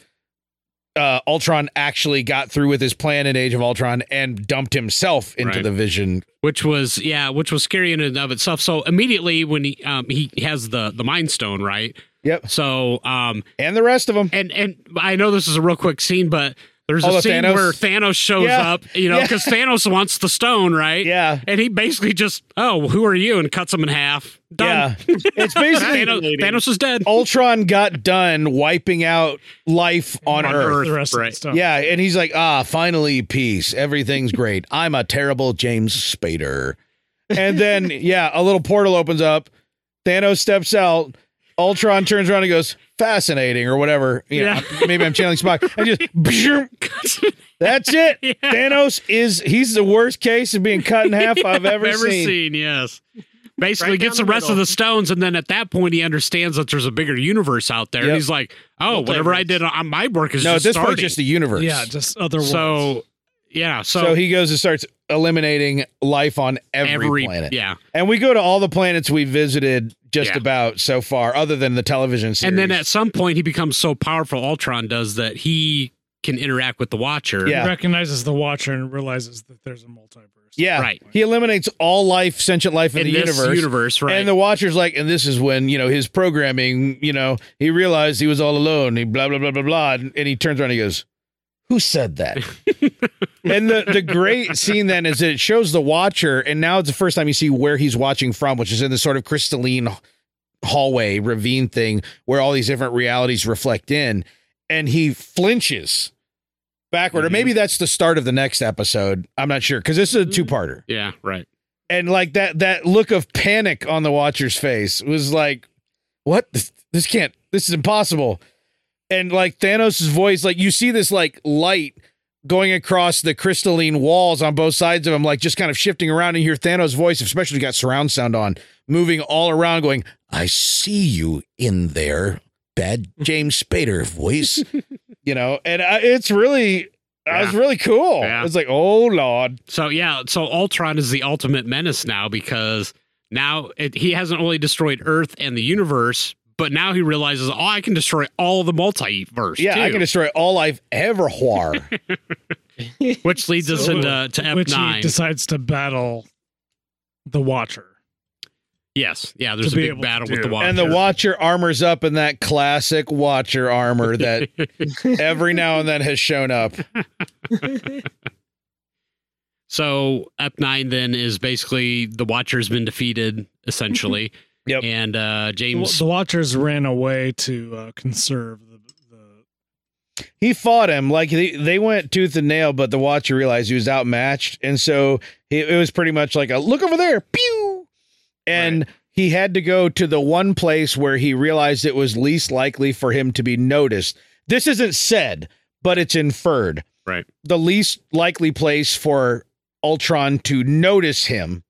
uh, Ultron actually got through with his plan in Age of Ultron and dumped himself into
Right.
the vision.
Which was yeah, which was scary in and of itself. So immediately when he um he has the the mind stone, right?
Yep.
So um
And the rest of them.
and and I know this is a real quick scene, but there's
Oh,
a
the
scene
Thanos?
where Thanos shows
Yeah.
up, you know,
Yeah.
because Thanos wants the stone, right?
Yeah.
And he basically just, oh, who are you? And cuts him in half. Done.
Yeah. It's basically
Thanos, Thanos is dead.
Ultron got done wiping out life on,
On
Earth.
the rest of
right.
the stuff.
Yeah, and he's like, ah, finally peace. Everything's great. I'm a terrible James Spader. And then, yeah, a little portal opens up. Thanos steps out. Ultron turns around and goes, fascinating, or whatever. You know, maybe I'm channeling Spock. And just, "Bzzzum." that's it.
Yeah.
Thanos is, he's the worst case of being cut in half I've ever, seen.
yes. Basically
Right
gets the
down the
rest of
middle.
the stones, and then at that point he understands that there's a bigger universe out there. And
Yep.
he's like, "Oh, whatever I did on my work is
No, at
just
this
starting."
point, just the universe.
Yeah, just other ones.
so, yeah, so,
so, he goes and starts eliminating life on every, planet.
yeah,
And we go to all the planets we visited just
Yeah.
about so far, other than the television series.
and then at some point he becomes so powerful, Ultron does that he can interact with the Watcher.
Yeah.
He recognizes the Watcher and realizes that there's a multiverse.
yeah,
right.
he eliminates all life, sentient life in,
in
the
this
universe.
universe, right?
And the Watcher's like, and this is when you know his programming. You know, he realized he was all alone. He blah blah blah blah blah, and, and he turns around and he goes, "Who said that?" and the the great scene then is that it shows the Watcher, and now it's the first time you see where he's watching from, which is in this sort of crystalline hallway ravine thing where all these different realities reflect in, and he flinches backward. Or
Mhm.
maybe that's the start of the next episode. I'm not sure because this is a two parter
yeah, right.
and like that that look of panic on the watcher's face was like what this, this can't this is impossible and like thanos' voice like you see this like light going across the crystalline walls on both sides of him like just kind of shifting around and you hear thanos' voice especially if you got surround sound on moving all around going i see you in there bad james spader voice you know and I, it's really I was really cool
Yeah.
it's like oh lord
So yeah, so Ultron is the ultimate menace now because now it, he hasn't only destroyed Earth and the universe, but now he realizes, oh, I can destroy all the multiverse.
yeah i
too,"
can destroy all i've ever war
which leads us
So-
into to F
which
nine.
he decides to battle the Watcher.
yes, yeah. There's a
to be
big
able
battle
to
with the
do.
Watcher.
And the Watcher armors up in that classic Watcher armor that every now and then has shown up.
uh,
So F nine then is basically the Watcher's been defeated essentially.
Yep.
And uh,
The,
James,
the Watchers ran away to uh, conserve the, the
He fought him like they, they went tooth and nail, but the Watcher realized he was outmatched. And so he, it was pretty much like a look over there, pew. And he had to go to the one place where he realized it was least likely for him to be noticed. This isn't said, but it's inferred.
Right.
The least likely place for Ultron to notice him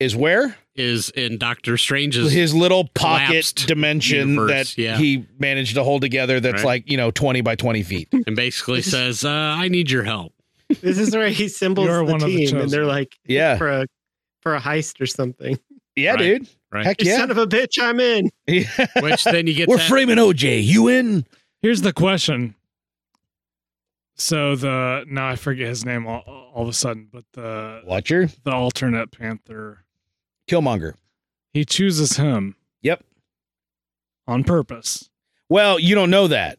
is where?
is in Doctor Strange's
his little pocket
collapsed
dimension
universe,
that
yeah.
he managed to hold together that's
Right.
like you know 20 by 20 feet
and basically says, uh, "I need your help."
This is where he symbols
You're
the
one of the
team, and they're
chosen.
like
yeah
for a for a heist or something.
yeah
Right.
dude
Right.
heck yeah
Son of a bitch, I'm in.
Which then you get
we're
that-
framing oj you in
Here's the question. So the now I forget his name all, all of a sudden, but the
watcher
the alternate Panther
killmonger
he chooses him
yep
on purpose.
well you don't know that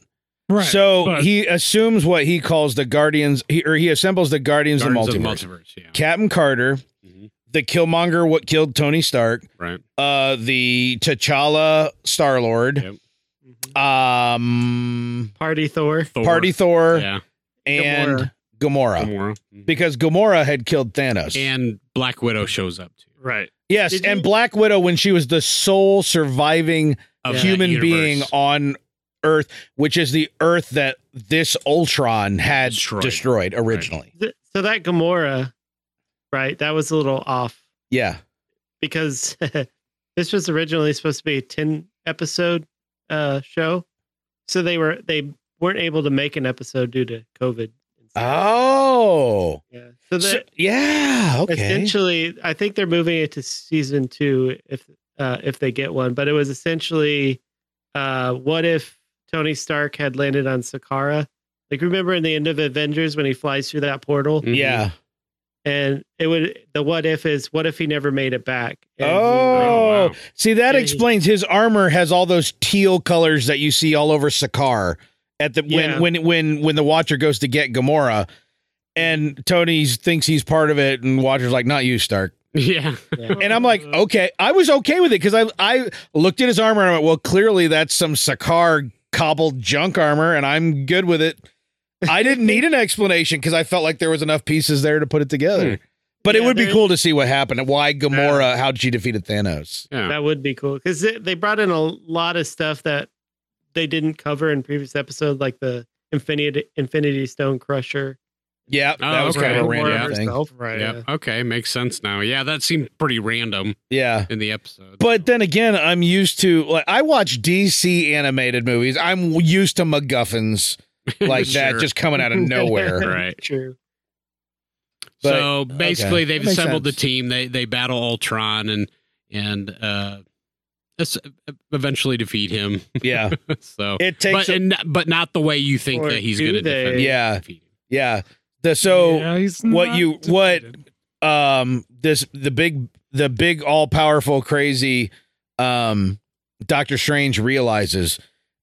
Right.
so
but-
he assumes what he calls the Guardians, he, or he assembles the Guardians,
Guardians
of
of
the
the
Multiverse.
multiverse. Yeah.
Captain Carter,
Mhm.
the Killmonger, what killed Tony Stark,
Right.
uh, the T'Challa Star Lord,
Mm-hmm.
um,
Party Thor.
Thor.
Party Thor,
Yeah.
and Gamora.
Gamora. Mhm.
Because Gamora had killed Thanos.
And Black Widow shows up too.
right.
yes,
Did
and
you-
Black Widow when she was the sole surviving
Of that
human being
universe.
on Earth, which is the Earth that this Ultron had destroyed,
Destroyed.
originally.
Th- So that Gamora, right? That was a little off
Yeah.
because this was originally supposed to be a 10 episode uh show. So they were they weren't able to make an episode due to COVID. and stuff.
Oh.
yeah. So
So-
that
yeah. Okay.
essentially I think they're moving it to season 2 if uh if they get one, but it was essentially uh what if Tony Stark had landed on Sakara? Like remember in the end of Avengers when he flies through that portal?
Mhm.
Yeah.
and it would the what if is what if he never made it back and he-
Oh,
wow.
see that
Yeah, he-
explains his armor has all those teal colors that you see all over Sakaar at the
Yeah.
when when when when the Watcher goes to get Gamora, and Tony thinks he's part of it, and Watcher's like, "Not you, Stark."
Yeah.
And I'm like, okay, I was okay with it because I I looked at his armor and I went, well, clearly that's some Sakar cobbled junk armor, and I'm good with it. I didn't need an explanation because I felt like there was enough pieces there to put it together. But it
Yeah,
would be
there-
cool to see what happened and why Gamora, how she defeated Thanos.
Yeah.
that would be cool because they, they brought in a lot of stuff that they didn't cover in previous episode like the infinity infinity stone crusher
Yeah,
Oh,
that was
okay.
kind of a
Gamora
random
Yeah.
thing.
herself.
Right.
Yeah. Okay. Makes sense now. Yeah. That seemed pretty random
Yeah.
in the episode.
But then again, I'm used to like I watch DC animated movies. I'm used to MacGuffins like that
Sure.
just coming out of nowhere.
Right.
true
But-
so basically,
okay. That
they've
makes
assembled
sense.
the team. They they battle Ultron and and uh, es- eventually defeat him.
Yeah,
so,
it takes.
but
a-
and, not- but not the way you think
Or
that he's
do
going to defend.
they?
Yeah.
defeat him.
yeah, the so
Yeah, he's
what
not
you- what-
defeated.
um this the big the big all powerful crazy um Doctor Strange realizes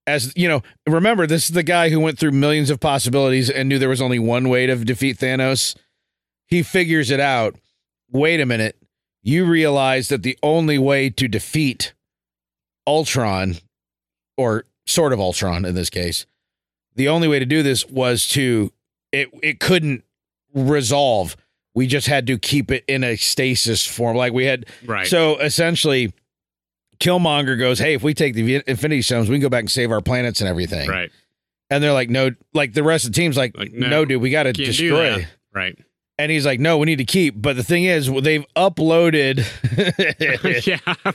as you know remember this is the guy who went through millions of possibilities and knew there was only one way to defeat Thanos he figures it out wait a minute you realize that the only way to defeat Ultron or sort of Ultron in this case the only way to do this was to it it couldn't resolve we just had to keep it in a stasis form like we had
Right.
so essentially killmonger goes hey if we take the infinity stones we can go back and save our planets and everything
right.
and they're like no like the rest of the team's like,
Like,
no,
no,
dude we got to
can't do
destroy
that. Right.
and he's like no we need to keep but the thing is well, they've uploaded
yeah.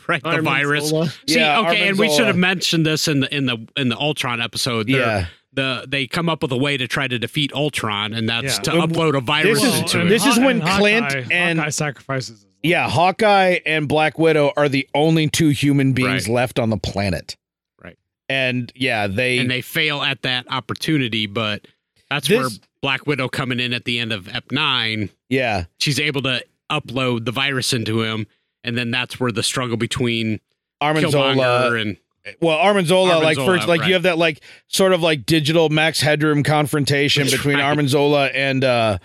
Right. The
Armin
virus.
Zola.
See,
Yeah,
okay, and we
Armin
should have
Zola.
mentioned this in the in the in the Ultron episode. They're-
yeah
the they come up with a way to try to defeat Ultron, and that's
Yeah.
to
Um,
upload a virus
this is-
into
and
it.
this is
Haw-
when
and
Clint
Hawkeye-
and-
Hawkeye sacrifices. his
yeah hawkeye and black widow are the only two human beings
Right.
left on the planet
Right.
and yeah they,
and they fail at that opportunity. But that's
This-
where Black Widow coming in at the end of Ep Nine,
yeah
she's able to upload the virus into him, and then that's where the struggle between
armin zola
Killmonger and
well, Armin Zola,
Armin
like
Zola,
first, like
right.
you have that like sort of like digital Max Headroom confrontation
That's
between
right.
Armin Zola and uh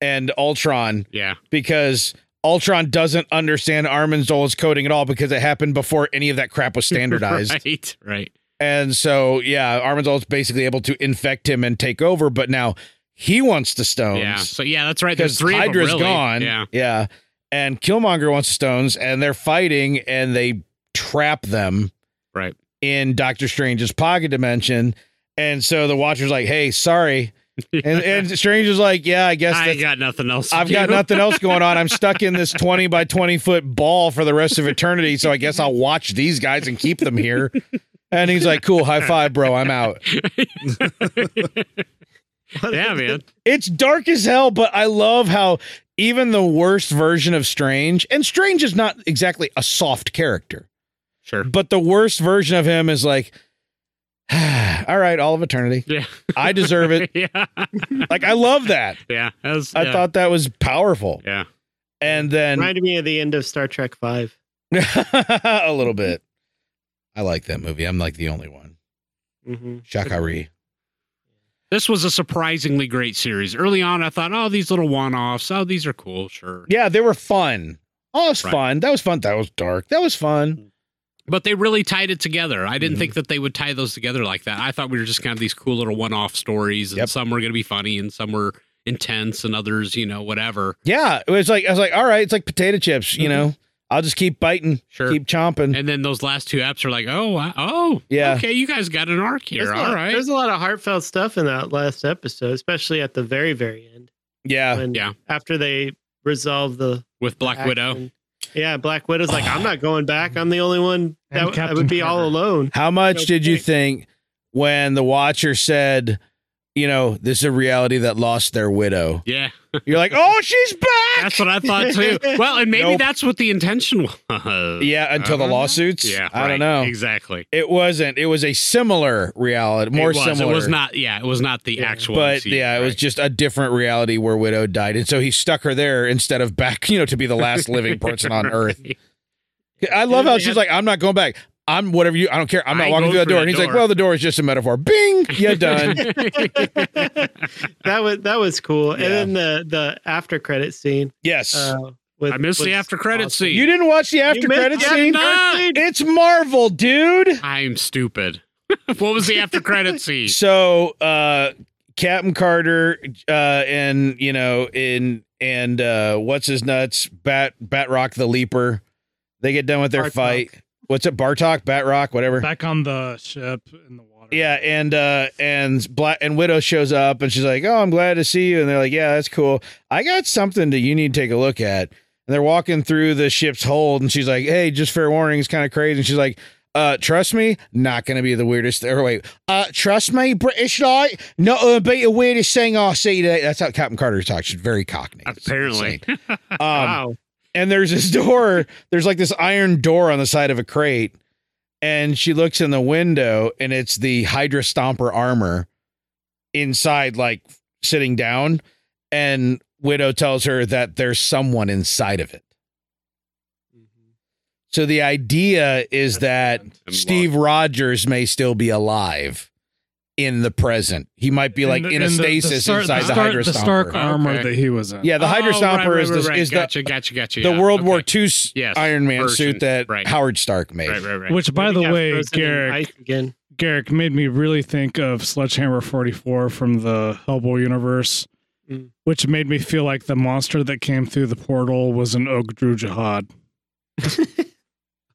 and Ultron
yeah,
because Ultron doesn't understand Armin Zola's coding at all because it happened before any of that crap was standardized,
right, right,
and so yeah, Armin Zola's basically able to infect him and take over, but now he wants the stones
yeah. So yeah, that's right. There's
because
three
Hydra's
of them, really.
gone.
Yeah,
yeah, and Killmonger wants the stones, and they're fighting, and they trap them
Right.
in Doctor Strange's pocket dimension, and so the Watcher's like, "Hey, sorry," and, and Strange is like, "Yeah, I guess
I ain't
that's,
got nothing else. to
I've got
do.
nothing else going on. I'm stuck in this twenty by twenty foot ball for the rest of eternity, so I guess I'll watch these guys and keep them here." And he's like, "Cool, high five, bro. I'm out."
yeah, man.
It's dark as hell, but I love how even the worst version of Strange, and Strange is not exactly a soft character.
Sure.
But the worst version of him is like, all right, all of eternity.
Yeah.
I deserve it.
yeah.
Like, I love that.
Yeah. That was,
I
yeah.
thought that was powerful.
Yeah.
And then
reminded me of the end of star trek 5
a little bit. I like that movie. I'm like the only one.
mm-hmm.
Shakari.
This was a surprisingly great series. Early on, I thought, oh, these little one offs, oh, these are cool, sure.
Yeah, they were fun. Oh, it was
Right.
fun. That was fun. That was dark. That was fun.
But they really tied it together. I didn't
Mhm.
think that they would tie those together like that. I thought we were just kind of these cool little one off stories, and
Yep.
some were going to be funny, and some were intense, and others, you know, whatever.
Yeah, it was like I was like, all right, it's like potato chips.
Mm-hmm.
You know, I'll just keep biting,
Sure.
keep chomping.
and then those last two apps are like, oh, wow, oh,
Yeah.
okay, you guys got an arc
There's
here.
a
All
lot-
right.
There's a lot of heartfelt stuff in that last episode, especially at the very, very end.
yeah,
when-
yeah.
After they resolve the
With Black Widow.
action. Yeah, Black Widow's like, I'm not going back. I'm the only one
And
that, that
Captain
would be all
Carter.
alone.
how much did you
Okay.
think when the Watcher said, you know, this is a reality that lost their widow?
Yeah.
You're like, oh, she's back.
That's what I thought too. Well, and maybe
Nope.
that's what the intention was.
yeah, until the
Uh-huh.
lawsuits.
Yeah.
I
right,
don't know.
Exactly.
It wasn't. It was a similar reality, more
it was.
similar.
It was not, yeah, it was not the
Yeah.
actual.
But
MCU,
yeah, it was
right.
just a different reality where Widow died, and so he stuck her there instead of back, you know, to be the last living person on Earth. I love how she's like, "I'm not going back. I'm whatever you. I don't care. I'm
I
not
ain't
walking
going
through that
through
door."
that
And he's like,
door.
"Well, the door is just a metaphor. Bing, you're done."
that was that was cool. And then the the after credit scene.
yes,
Uh, with,
I missed the
was
after credit
awesome.
scene.
you didn't watch the after
You missed
credits
the after
scene.
credit scene?
It's Marvel, dude.
I'm stupid. what was the after credit scene?
So, uh, Captain Carter, uh, and you know, in and uh, what's his nuts, Bat Batrock the Leaper. They get done with their
Bartok.
fight. What's it, Bartok, Batrock, whatever.
Back on the ship in the water.
Yeah, and uh and black and widow shows up and she's like, "Oh, I'm glad to see you." And they're like, "Yeah, that's cool. I got something that you need to take a look at." And they're walking through the ship's hold, and she's like, "Hey, just fair warning, it's kind of crazy." And she's like, "Uh, trust me, not gonna be the weirdest." Or wait, uh, trust me, British light, not gonna be the weirdest thing I see today. That's how Captain Carter talks. She's very cockney. It's
Apparently.
insane. Um,
Wow.
and there's this door there's like this iron door on the side of a crate and she looks in the window and it's the hydra stomper armor inside like sitting down and widow tells her that there's someone inside of it so the idea is that
And
steve rogers may still be alive in the present he might be like
And the-
in a
and the- the
stasis
Stark-
inside the,
Stark-
hydra
The Stark
stomper
armor
Okay.
that he was in.
yeah the hydra
Oh,
stomper
right, right,
is the,
right, right.
is the
gotcha, gotcha, gotcha.
the
yeah.
World War
Okay.
II
Yes,
Iron Man
version,
suit that
right.
Howard Stark made.
Right, right, right.
Which, by
Maybe
the
got
way,
frozen in
Garrick,
ice again.
Garrick made me really think of Sledgehammer 44 from the Hellboy universe,
Mm.
which made me feel like the monster that came through the portal was an Oak Drew Jihad.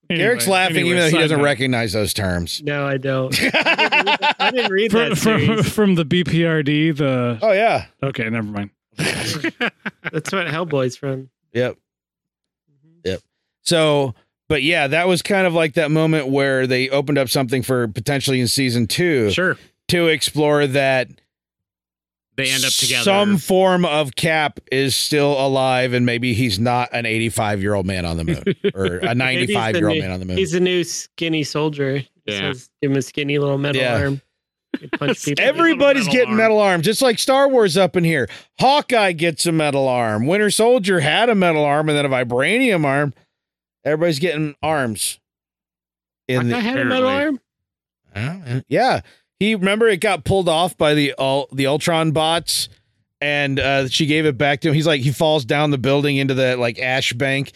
Anyway-
Eric's laughing
anyway,
even though he
side
doesn't
note.
recognize those terms.
No, I don't. I didn't read
From,
that
from,
series.
from the BPRD, the.
oh yeah.
Okay, never mind.
That's what Hellboy's from. Mm-hmm.
Yep. So, but yeah, that was kind of like that moment where they opened up something for potentially in season 2
sure.
to explore that
They end up together.
some form of Cap is still alive and maybe he's not an 85-year-old man on the moon or a 95-year-old
new-
man on the moon.
He's a new skinny soldier.
Yeah.
Yeah. Says, give him a skinny little metal
Yeah.
arm. He punch people.
Everybody's
metal
getting
arm.
metal arms. It's like Star Wars up in here. Hawkeye gets a metal arm. Winter Soldier had a metal arm and then a vibranium arm. Everybody's getting arms. In
I
the,
had a metal
Apparently.
arm.
yeah, he remember it got pulled off by the all the Ultron bots, and uh, she gave it back to him. He's like he falls down the building into the like ash bank,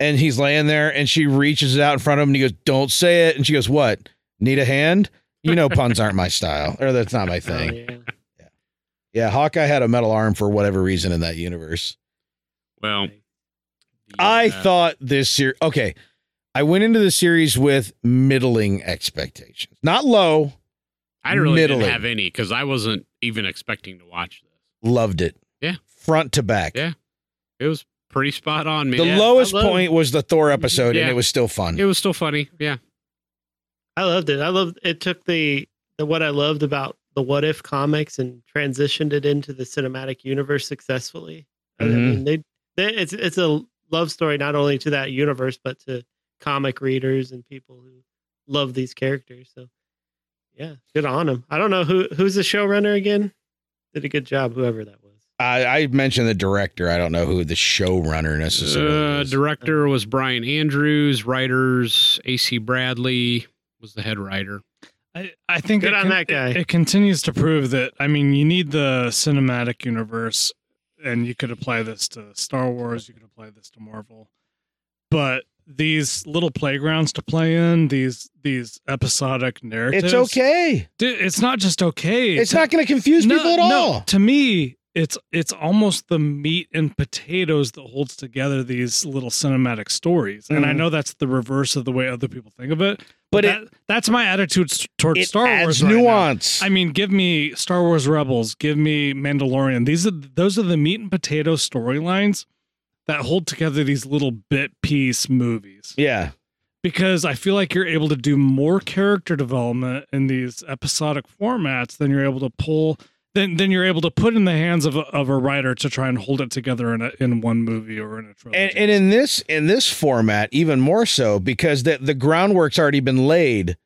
and he's laying there, and she reaches it out in front of him, and he goes, "Don't say it," and she goes, "What? Need a hand?" You know, puns aren't my style, or that's not my
Oh,
thing.
yeah.
Yeah, Hawkeye had a metal arm for whatever reason in that universe.
Well,
I
yeah.
thought this series. Okay, I went into the series with middling expectations, not low.
I really
middling.
didn't have any because I wasn't even expecting to watch this.
Loved it.
Yeah.
front to back.
Yeah, It was pretty spot on, man.
The
Yeah,
lowest
I love-
point was the Thor episode, and
Yeah.
it was still fun.
It was still funny. Yeah.
I loved it. I loved it. Took the, the what I loved about the What If comics and transitioned it into the cinematic universe successfully. I
Mm-hmm.
mean, they, they it's it's a love story not only to that universe but to comic readers and people who love these characters. So, yeah, good on them. I don't know who who's the showrunner again. Did a good job, whoever that was.
I, I mentioned the director. I don't know who the showrunner necessarily
Uh,
is.
director was Brian Andrews. Writers, A.C. Bradley was the head writer.
I, I think
Good
it
on that guy.
It, it continues to prove that I mean you need the cinematic universe, and you could apply this to Star Wars, you could apply this to Marvel, but these little playgrounds to play in these these episodic narratives.
It's okay.
Dude, it's not just okay.
It's not going to confuse people at all.
To me, it's it's almost the meat and potatoes that holds together these little cinematic stories. And I
Mhm.
know that's the reverse of the way other people think of it,
But
but,
it-
that- that's my attitude s- towards
It
Star
adds
Wars. right now.
nuance.
I mean, give me Star Wars Rebels, give me Mandalorian. These are those are the meat and potato storylines that hold together these little bit piece movies
yeah.
because I feel like you're able to do more character development in these episodic formats than you're able to pull than than you're able to put in the hands of a, of a writer to try and hold it together in a, in one movie or in a trilogy.
And, and in this in this format, even more so because the, the groundwork's already been laid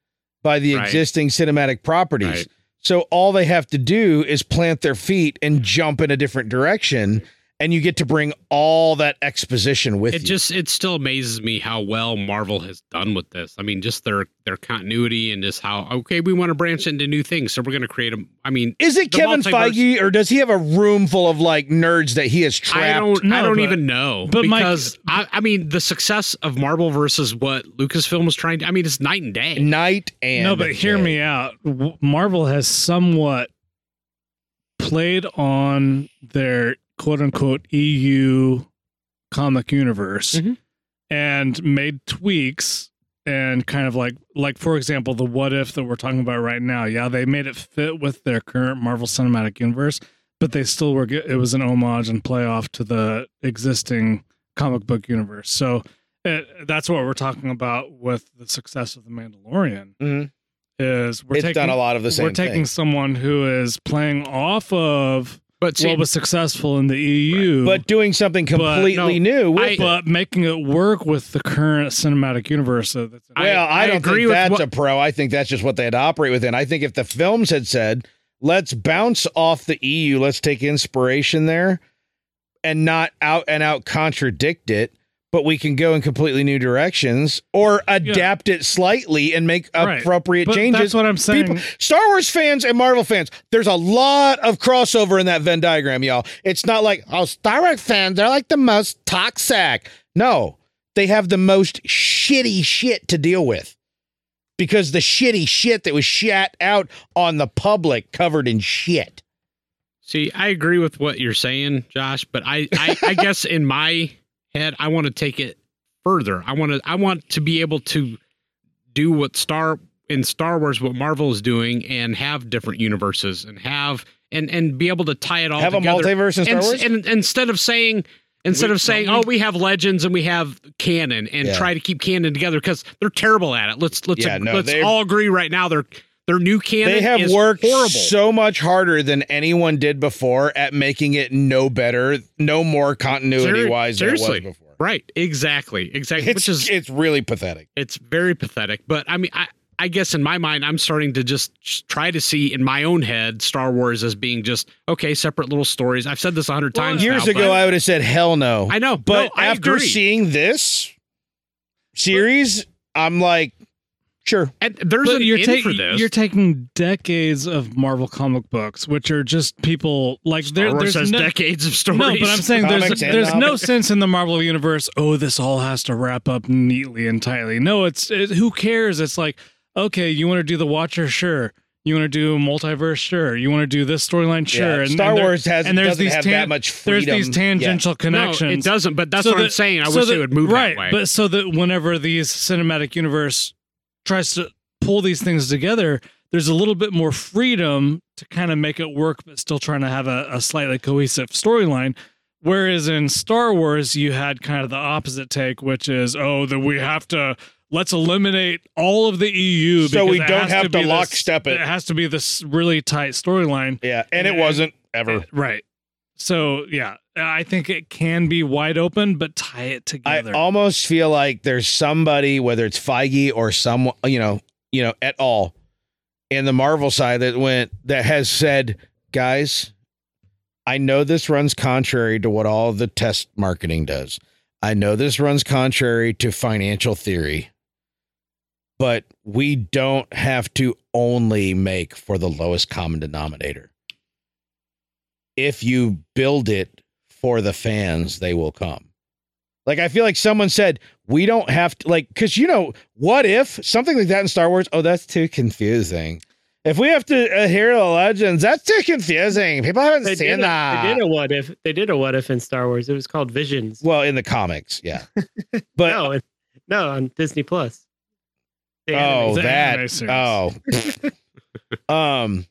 by the
Right.
existing cinematic properties.
Right.
So all they have to do is plant their feet and jump in a different direction, and you get to bring all that exposition with
it
you.
just it still amazes me how well Marvel has done with this. I mean, just their their continuity and just how okay we want to branch into new things, so we're going to create a. I mean,
is it
the
Kevin
multiverse-
Feige or does he have a room full of like nerds that he has trapped?
I don't.
No,
I don't
but-
even know.
but my-
because I, I mean, the success of Marvel versus what Lucasfilm was trying to. I mean, it's night and day.
Night and
no, but hear
day.
me out. W- Marvel has somewhat played on their quote unquote EU comic universe
Mhm.
and made tweaks and kind of like like for example the what if that we're talking about right now. Yeah, they made it fit with their current Marvel Cinematic Universe, but they still were ge- it was an homage and playoff to the existing comic book universe. So it, that's what we're talking about with the success of the Mandalorian
Mhm.
is we're
it's
taking
done a lot of the same
we're taking
thing.
someone who is playing off of
But see,
what was successful in the EU,
but doing something completely new. With
I-
it.
but making it work with the current cinematic universe. So that's
Well, I,
I
don't
agree
think
with
that's
what-
a pro. I think that's just what they had to operate within. I think if the films had said, "Let's bounce off the EU, let's take inspiration there," and not out and out contradict it, but we can go in completely new directions or adapt it slightly and make
Right.
appropriate
but that's
changes.
what I'm saying.
People, Star Wars fans and Marvel fans, there's a lot of crossover in that Venn diagram, y'all. It's not like, oh, Star Wars fans, they're like the most toxic. No, they have the most shitty shit to deal with because the shitty shit that was shat out on the public covered in shit.
see, I agree with what you're saying, Josh. But I, I, I guess in my head, I want to take it further. I want to, I want to be able to do what Star in Star Wars, what Marvel is doing, and have different universes, and have and and be able to tie it all
have
together.
a multiverse in Star
and,
Wars?
and instead of saying instead
We-
of saying
don't
oh we have legends and we have canon and
Yeah.
try to keep canon together because they're terrible at it let's let's
Yeah, no,
let's
they've-
all agree right now they're their new canon
they have
is
worked
horrible
so much harder than anyone did before at making it no better, no more continuity wise than it was
seriously.
before.
right exactly exactly
It's,
which is
it's really pathetic.
it's very pathetic but i mean i I guess in my mind, I'm starting to just sh- try to see in my own head Star Wars as being just okay, separate little stories. I've said this a hundred times
Years
now,
ago,
but-
I would have said hell no.
I know,
but
no, I
after
agree.
seeing this series, I'm like, sure.
and there's
But
an
you're,
end
ta-
for this.
you're taking decades of Marvel comic books, which are just people like there,
Star Wars has
there's no,
decades of stories.
no, but I'm saying there's
Comics and
there's no
novels.
sense in the Marvel universe. Oh, this all has to wrap up neatly and tightly. No, it's it, who cares? It's like okay, you want to do the Watcher, sure. You want to do multiverse, sure. You want to do this storyline, sure.
Yeah,
and,
Star
and there-
Wars has
and there's
doesn't
these
have
tan-
that much freedom.
There's these tangential connections.
No, it doesn't, but that's
So
what I'm
that-
saying. I
so
wish
that-
they would move
right,
that way.
But so that whenever these cinematic universe tries to pull these things together, there's a little bit more freedom to kind of make it work, but still trying to have a, a slightly cohesive storyline. Whereas in Star Wars, you had kind of the opposite take, which is, oh, that we have to let's eliminate all of the EU.
So we
because it
don't
has
have
to,
to
be
lockstep
this,
it.
It has to be this really tight storyline.
yeah, and it
And-
wasn't ever.
Right. So yeah, I think it can be wide open, but tie it
I
together.
almost feel like there's somebody, whether it's Feige or someone, you know, you know, at all, in the Marvel side that went that has said, guys, I know this runs contrary to what all the test marketing does. I know this runs contrary to financial theory, but we don't have to only make for the lowest common denominator. If you build it for the fans, they will come. Like I feel like someone said, we don't have to like cuz you know, what if something like that in Star Wars, oh that's too confusing. If we have to adhere to the legends, that's too confusing. People haven't
They
seen
did, a,
that.
they did a what if. They did a what if in Star Wars. It was called Visions.
Well, in the comics, yeah. But
no, it- no, on Disney Plus. The
oh,
anime.
The anime
that
series.
oh, um,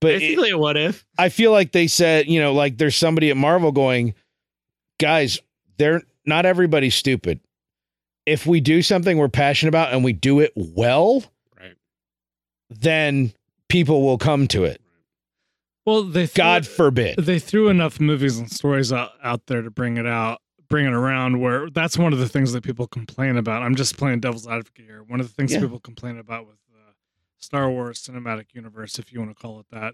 but it-
basically a what if.
I feel like they said, you know, like there's somebody at Marvel going, guys, they're not everybody's stupid. If we do something we're passionate about and we do it well,
Right.
then people will come to it.
Well, they threw,
God forbid.
they threw enough movies and stories out, out there to bring it out, bring it around. Where that's one of the things that people complain about. I'm just playing devil's advocate here. One of the things
Yeah.
people complain about with the Star Wars cinematic universe, if you want to call it that,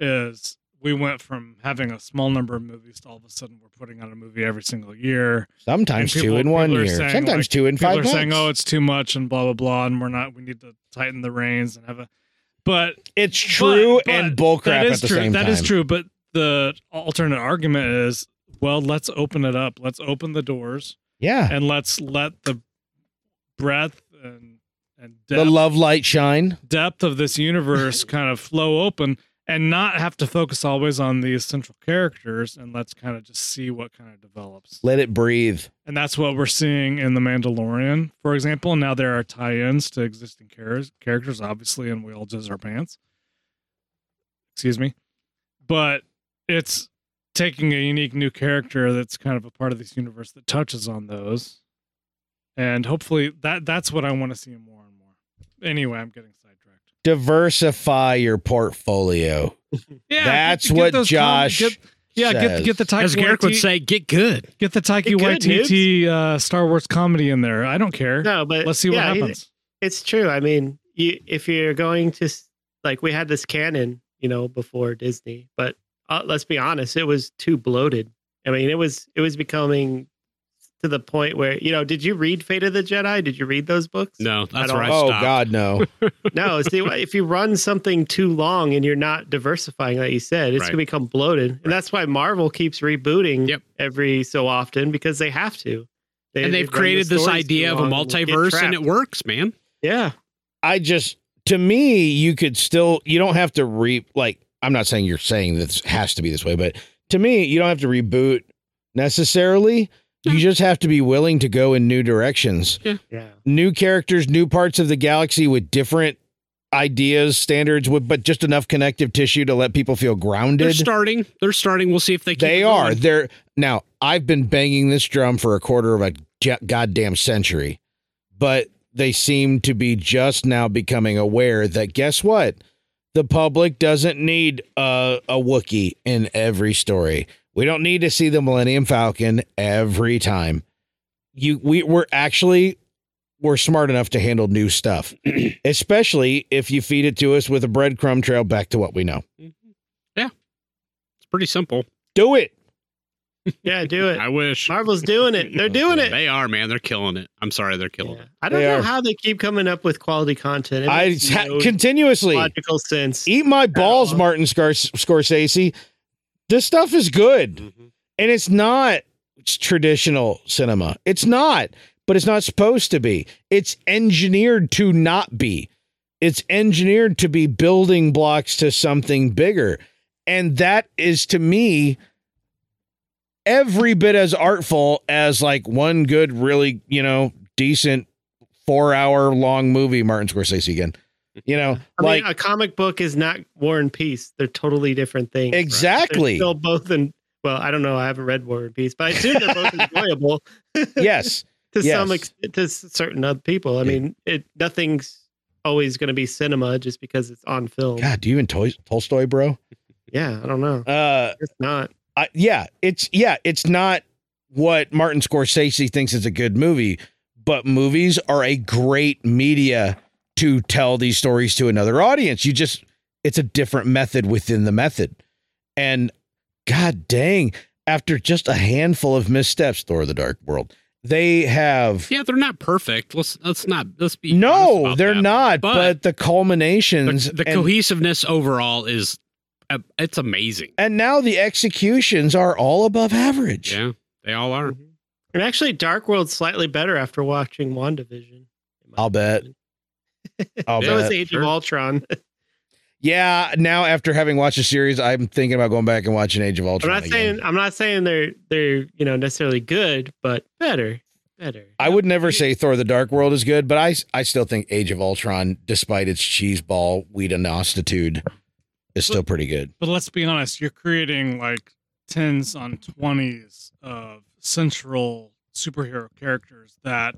is we went from having a small number of movies to all of a sudden we're putting out a movie every single year.
Sometimes
and people-
two in one
people are
year,
saying,
sometimes
like,
two in
people
five
are
months.
saying, "Oh, it's too much," and blah blah blah, and we're not. We need to tighten the reins and have a. But
it's true
"Oh, but
and bullcrap
that is
at the
true.
same
That
time.
is true. But the alternate argument is, well, let's open it up. Let's open the doors
Yeah.
and let's let the breadth and and uh,
The
depth,
love light shine.
depth of this universe kind of flow open and not have to focus always on these central characters and let's kind of just see what kind of develops.
Let it breathe.
And that's what we're seeing in The Mandalorian, for example. Now there are tie-ins to existing char- characters, obviously, and we all jizz our pants. Excuse me, but it's taking a unique new character that's kind of a part of this universe that touches on those, and hopefully that that's what I want to see more and more. Anyway, I'm getting sidetracked.
Diversify your portfolio.
Yeah,
That's what
those
Josh
get- yeah,
says.
get get the
As
Taika
Garrick would
Waititi-
say, get good.
get the Taiki
It could,
Waititi uh, Star Wars comedy in there. I don't care.
No, but
Let's see what
yeah, it-
happens.
It's true. I mean, you if you're going to s- like we had this canon, you know, before Disney, but uh, let's be honest, it was too bloated. I mean, it was it was becoming to the point where you know, did you read Fate of the Jedi? Did you read those books?
No, that's
don't-
where I
oh
stopped.
God, no.
no, see, if you run something too long and you're not diversifying, like you said, it's
Right.
going to become bloated. And that's why Marvel keeps rebooting
Yep.
every so often because they have to. They,
And they've
run the
created this
stories too
idea of a
long and get
multiverse, and it
trapped.
works, man.
Yeah.
I just to me, you could still you don't have to re like I'm not saying you're saying this has to be this way, but to me, you don't have to reboot necessarily. You just have to be willing to go in new directions.
Yeah.
New characters, new parts of the galaxy with different ideas, standards, with but just enough connective tissue to let people feel
They're
grounded.
starting. They're starting. We'll see if they keep
They
it
are.
going.
They're now. I've been banging this drum for a quarter of a j- goddamn century, but they seem to be just now becoming aware that guess what? The public doesn't need a, a Wookiee in every story. We don't need to see the Millennium Falcon every time. You, we, we're actually we're smart enough to handle new stuff, especially if you feed it to us with a breadcrumb trail back to what we know.
It's pretty simple.
Do it.
Yeah, do it.
I wish.
Marvel's doing it. They're doing it.
They are, man. They're killing it. I'm sorry, they're killing
Yeah.
it.
I don't
They
know
are.
how they keep coming up with quality content. It
I E
makes
ha-
no
continuously
logical sense.
Eat my balls,
all.
Martin Scar- Scorsese. This stuff is good, and it's not traditional cinema. It's not, but it's not supposed to be. It's engineered to not be. It's engineered to be building blocks to something bigger, and that is to me every bit as artful as like one good, really, you know, decent four-hour long movie. Martin Scorsese again. You know,
I
like
mean, a comic book is not War and Peace. They're totally different things. They're
Exactly.
still both in. Well, I don't know. I haven't read War and Peace, but I assume they're both enjoyable
yes.
to
Yes.
some ex- to s- certain other people. I
Yeah.
mean, it nothing's always going to be cinema just because it's on film.
God, do you even Tol- Tolstoy, bro?
Yeah, I don't know.
Uh,
It's not.
I, yeah, it's yeah, it's not what Martin Scorsese thinks is a good movie, but movies are a great media to tell these stories to another audience. You just it's a different method within the method, and God dang, after just a handful of missteps, Thor: The Dark World, they have
Yeah, they're not perfect. Let's let's not let's be honest
no,
about
they're
that.
not. But,
But-
the culminations,
The, the
and,
cohesiveness overall is uh, it's amazing.
and now the executions are all above average.
Yeah, they all are.
And Mm-hmm. actually, Dark World's slightly better after watching WandaVision.
I'll bet. I'll
That was
bet.
Age
Sure.
of Ultron.
Oh, Yeah, now after having watched the series, I'm thinking about going back and watching Age of
I'm
Ultron.
not
again.
saying I'm not saying they're they're you know necessarily good, but better, better.
I would never say Thor: The Dark World is good, but I I still think Age of Ultron, despite its cheeseball weedonostitude, is still pretty good.
But let's be honest, you're creating like tens on twenties of central superhero characters that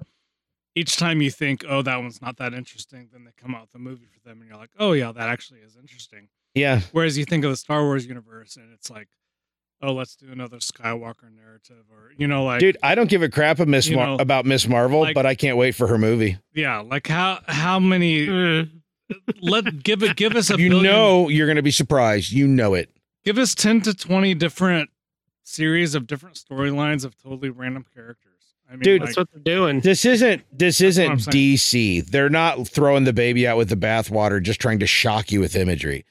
each time you think, oh, that one's not that interesting, then they come out with a movie for them and you're like, oh, yeah, that actually is interesting.
Yeah,
Whereas you think of the Star Wars universe and it's like, oh, let's do another Skywalker narrative or, you know, like,
dude, I don't give a crap a Miss
You
Mar-
know,
about Miss Marvel,
like-
but I can't wait for her movie.
yeah, like how, how many,
Mm,
Mm-hmm.
let, give it, give us a
You
billion-
know, you're going to be surprised. You know it.
give us 10 to 20 different series of different storylines of totally random characters. I mean,
Dude,
like,
That's what they're doing.
This isn't this
I'm
isn't
saying.
DC. They're not throwing the baby out with the bathwater, just trying to shock you with imagery.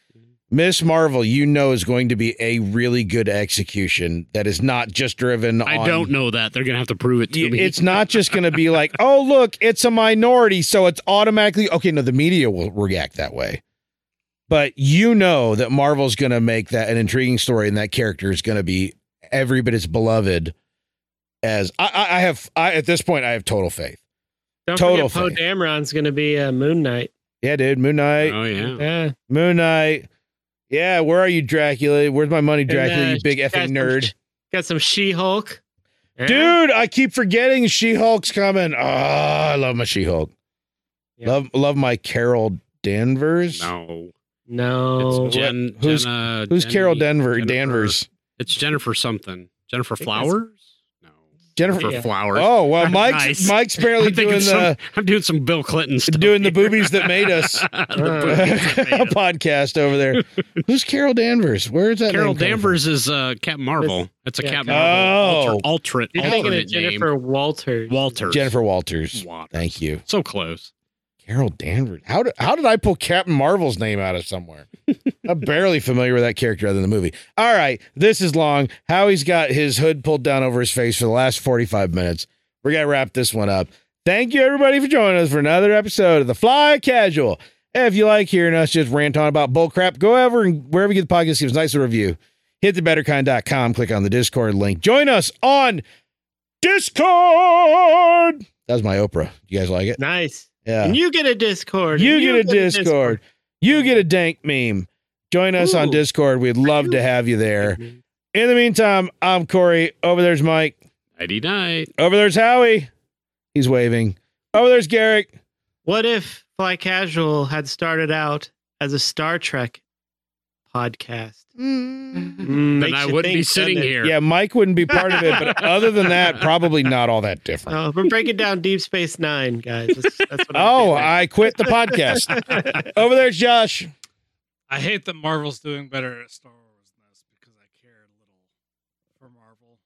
Miss Marvel, you know, is going to be a really good execution that is not just driven.
I
on-
don't know that they're gonna have to prove it to
Y-
me.
It's not just going to be like, oh, look, it's a minority. So it's automatically okay. No, the media will react that way. But you know that Marvel's going to make that an intriguing story, and that character is going to be every bit as beloved as I, I, I have. I, at this point, I have total faith.
Don't
Total
forget, Poe
thing.
Dameron's going to be uh, Moon Knight.
Yeah, dude. Moon Knight.
oh yeah.
Yeah,
Moon Knight. Yeah, where are you, Dracula? Where's my money, Dracula?
uh,
you big
got
effing
some
nerd.
sh- Got some She Hulk.
Dude, I keep forgetting She Hulk's coming. Oh, I love my She Hulk.
Yeah.
Love love my Carol Danvers.
No.
no,
It's Jen,
Who's-
Jenna,
Who's
Jenny-
Carol Denver?
Jennifer-
Danvers.
It's Jennifer something. Jennifer
it's-
Flowers? No.
Jennifer.
Jennifer
Yeah.
Flowers.
Oh well, Mike's
Nice.
Mike's barely
I'm thinking
doing
some-
the
I'm doing some Bill Clinton stuff.
doing the
here.
boobies that made us
The boobies that made us.
podcast over there. Who's Carol Danvers? Where's that?
Carol
name Oh. coming
Danvers is uh, Captain Marvel. It's a
yeah,
Captain
Captain
Marvel.
Marvel alternate,
you're
alternate,
thinking of
alternate
Jennifer Walters.
name. Walter.
from? Jennifer Walters.
Walters.
Thank you,
So close.
Carol Danvers. How did how did I pull Captain Marvel's name out of somewhere? I'm barely familiar with that character other than the movie. All right, this is long. Howie's got his hood pulled down over his face for the last 45 minutes. We're gonna wrap this one up. Thank you everybody for joining us for another episode of the Fly Casual. If you like hearing us just rant on about bull crap, go over and wherever you get the podcast, give us a nice little review. Hit thebetterkind.com, click on the Discord link. Join us on Discord. That was my Oprah. You guys like it?
Nice.
Yeah.
And you get a Discord.
You,
and
get, a Discord. You get a dank meme. Join us on
Ooh.
Discord. We'd love to have you there.
Discord.
In the meantime, I'm Corey. Over there's Mike.
Nighty night.
Over there's Howie. He's waving. Over there's Garrick.
What if Fly Casual had started out as a Star Trek podcast? Mm,
Then
makes
I
you
wouldn't
think,
be sitting
doesn't it?
here.
Yeah, Mike wouldn't be part of it, but other than that, probably not all that different.
Oh, we're breaking down Deep Space Nine, guys. That's, that's what I'm
Oh,
doing.
I quit the podcast. Over there's Josh.
I hate that Marvel's doing better at Star Wars than us because I care little for Marvel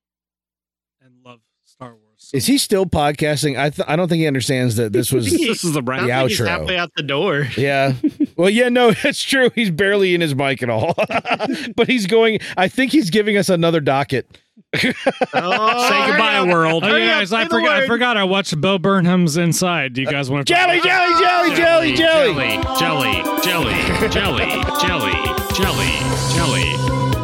and love Star Wars. so
Is he
much.
still podcasting? I th- I don't think he understands that this was.
This is the
I
right.
don't
The
think he's
outro.
halfway out the door.
Yeah. Well, yeah, no, that's true. He's barely in his mic at all. but he's going, I think he's giving us another docket.
Oh,
Say goodbye,
hurry up.
world.
Oh,
Hurry
yeah,
up,
guys,
say
I
the
forgot. I
word.
forgot. I watched Bo Burnham's Inside. Do you guys want to?
Jelly, jelly, jelly, jelly, jelly.
jelly, jelly, jelly, jelly, jelly, jelly, jelly.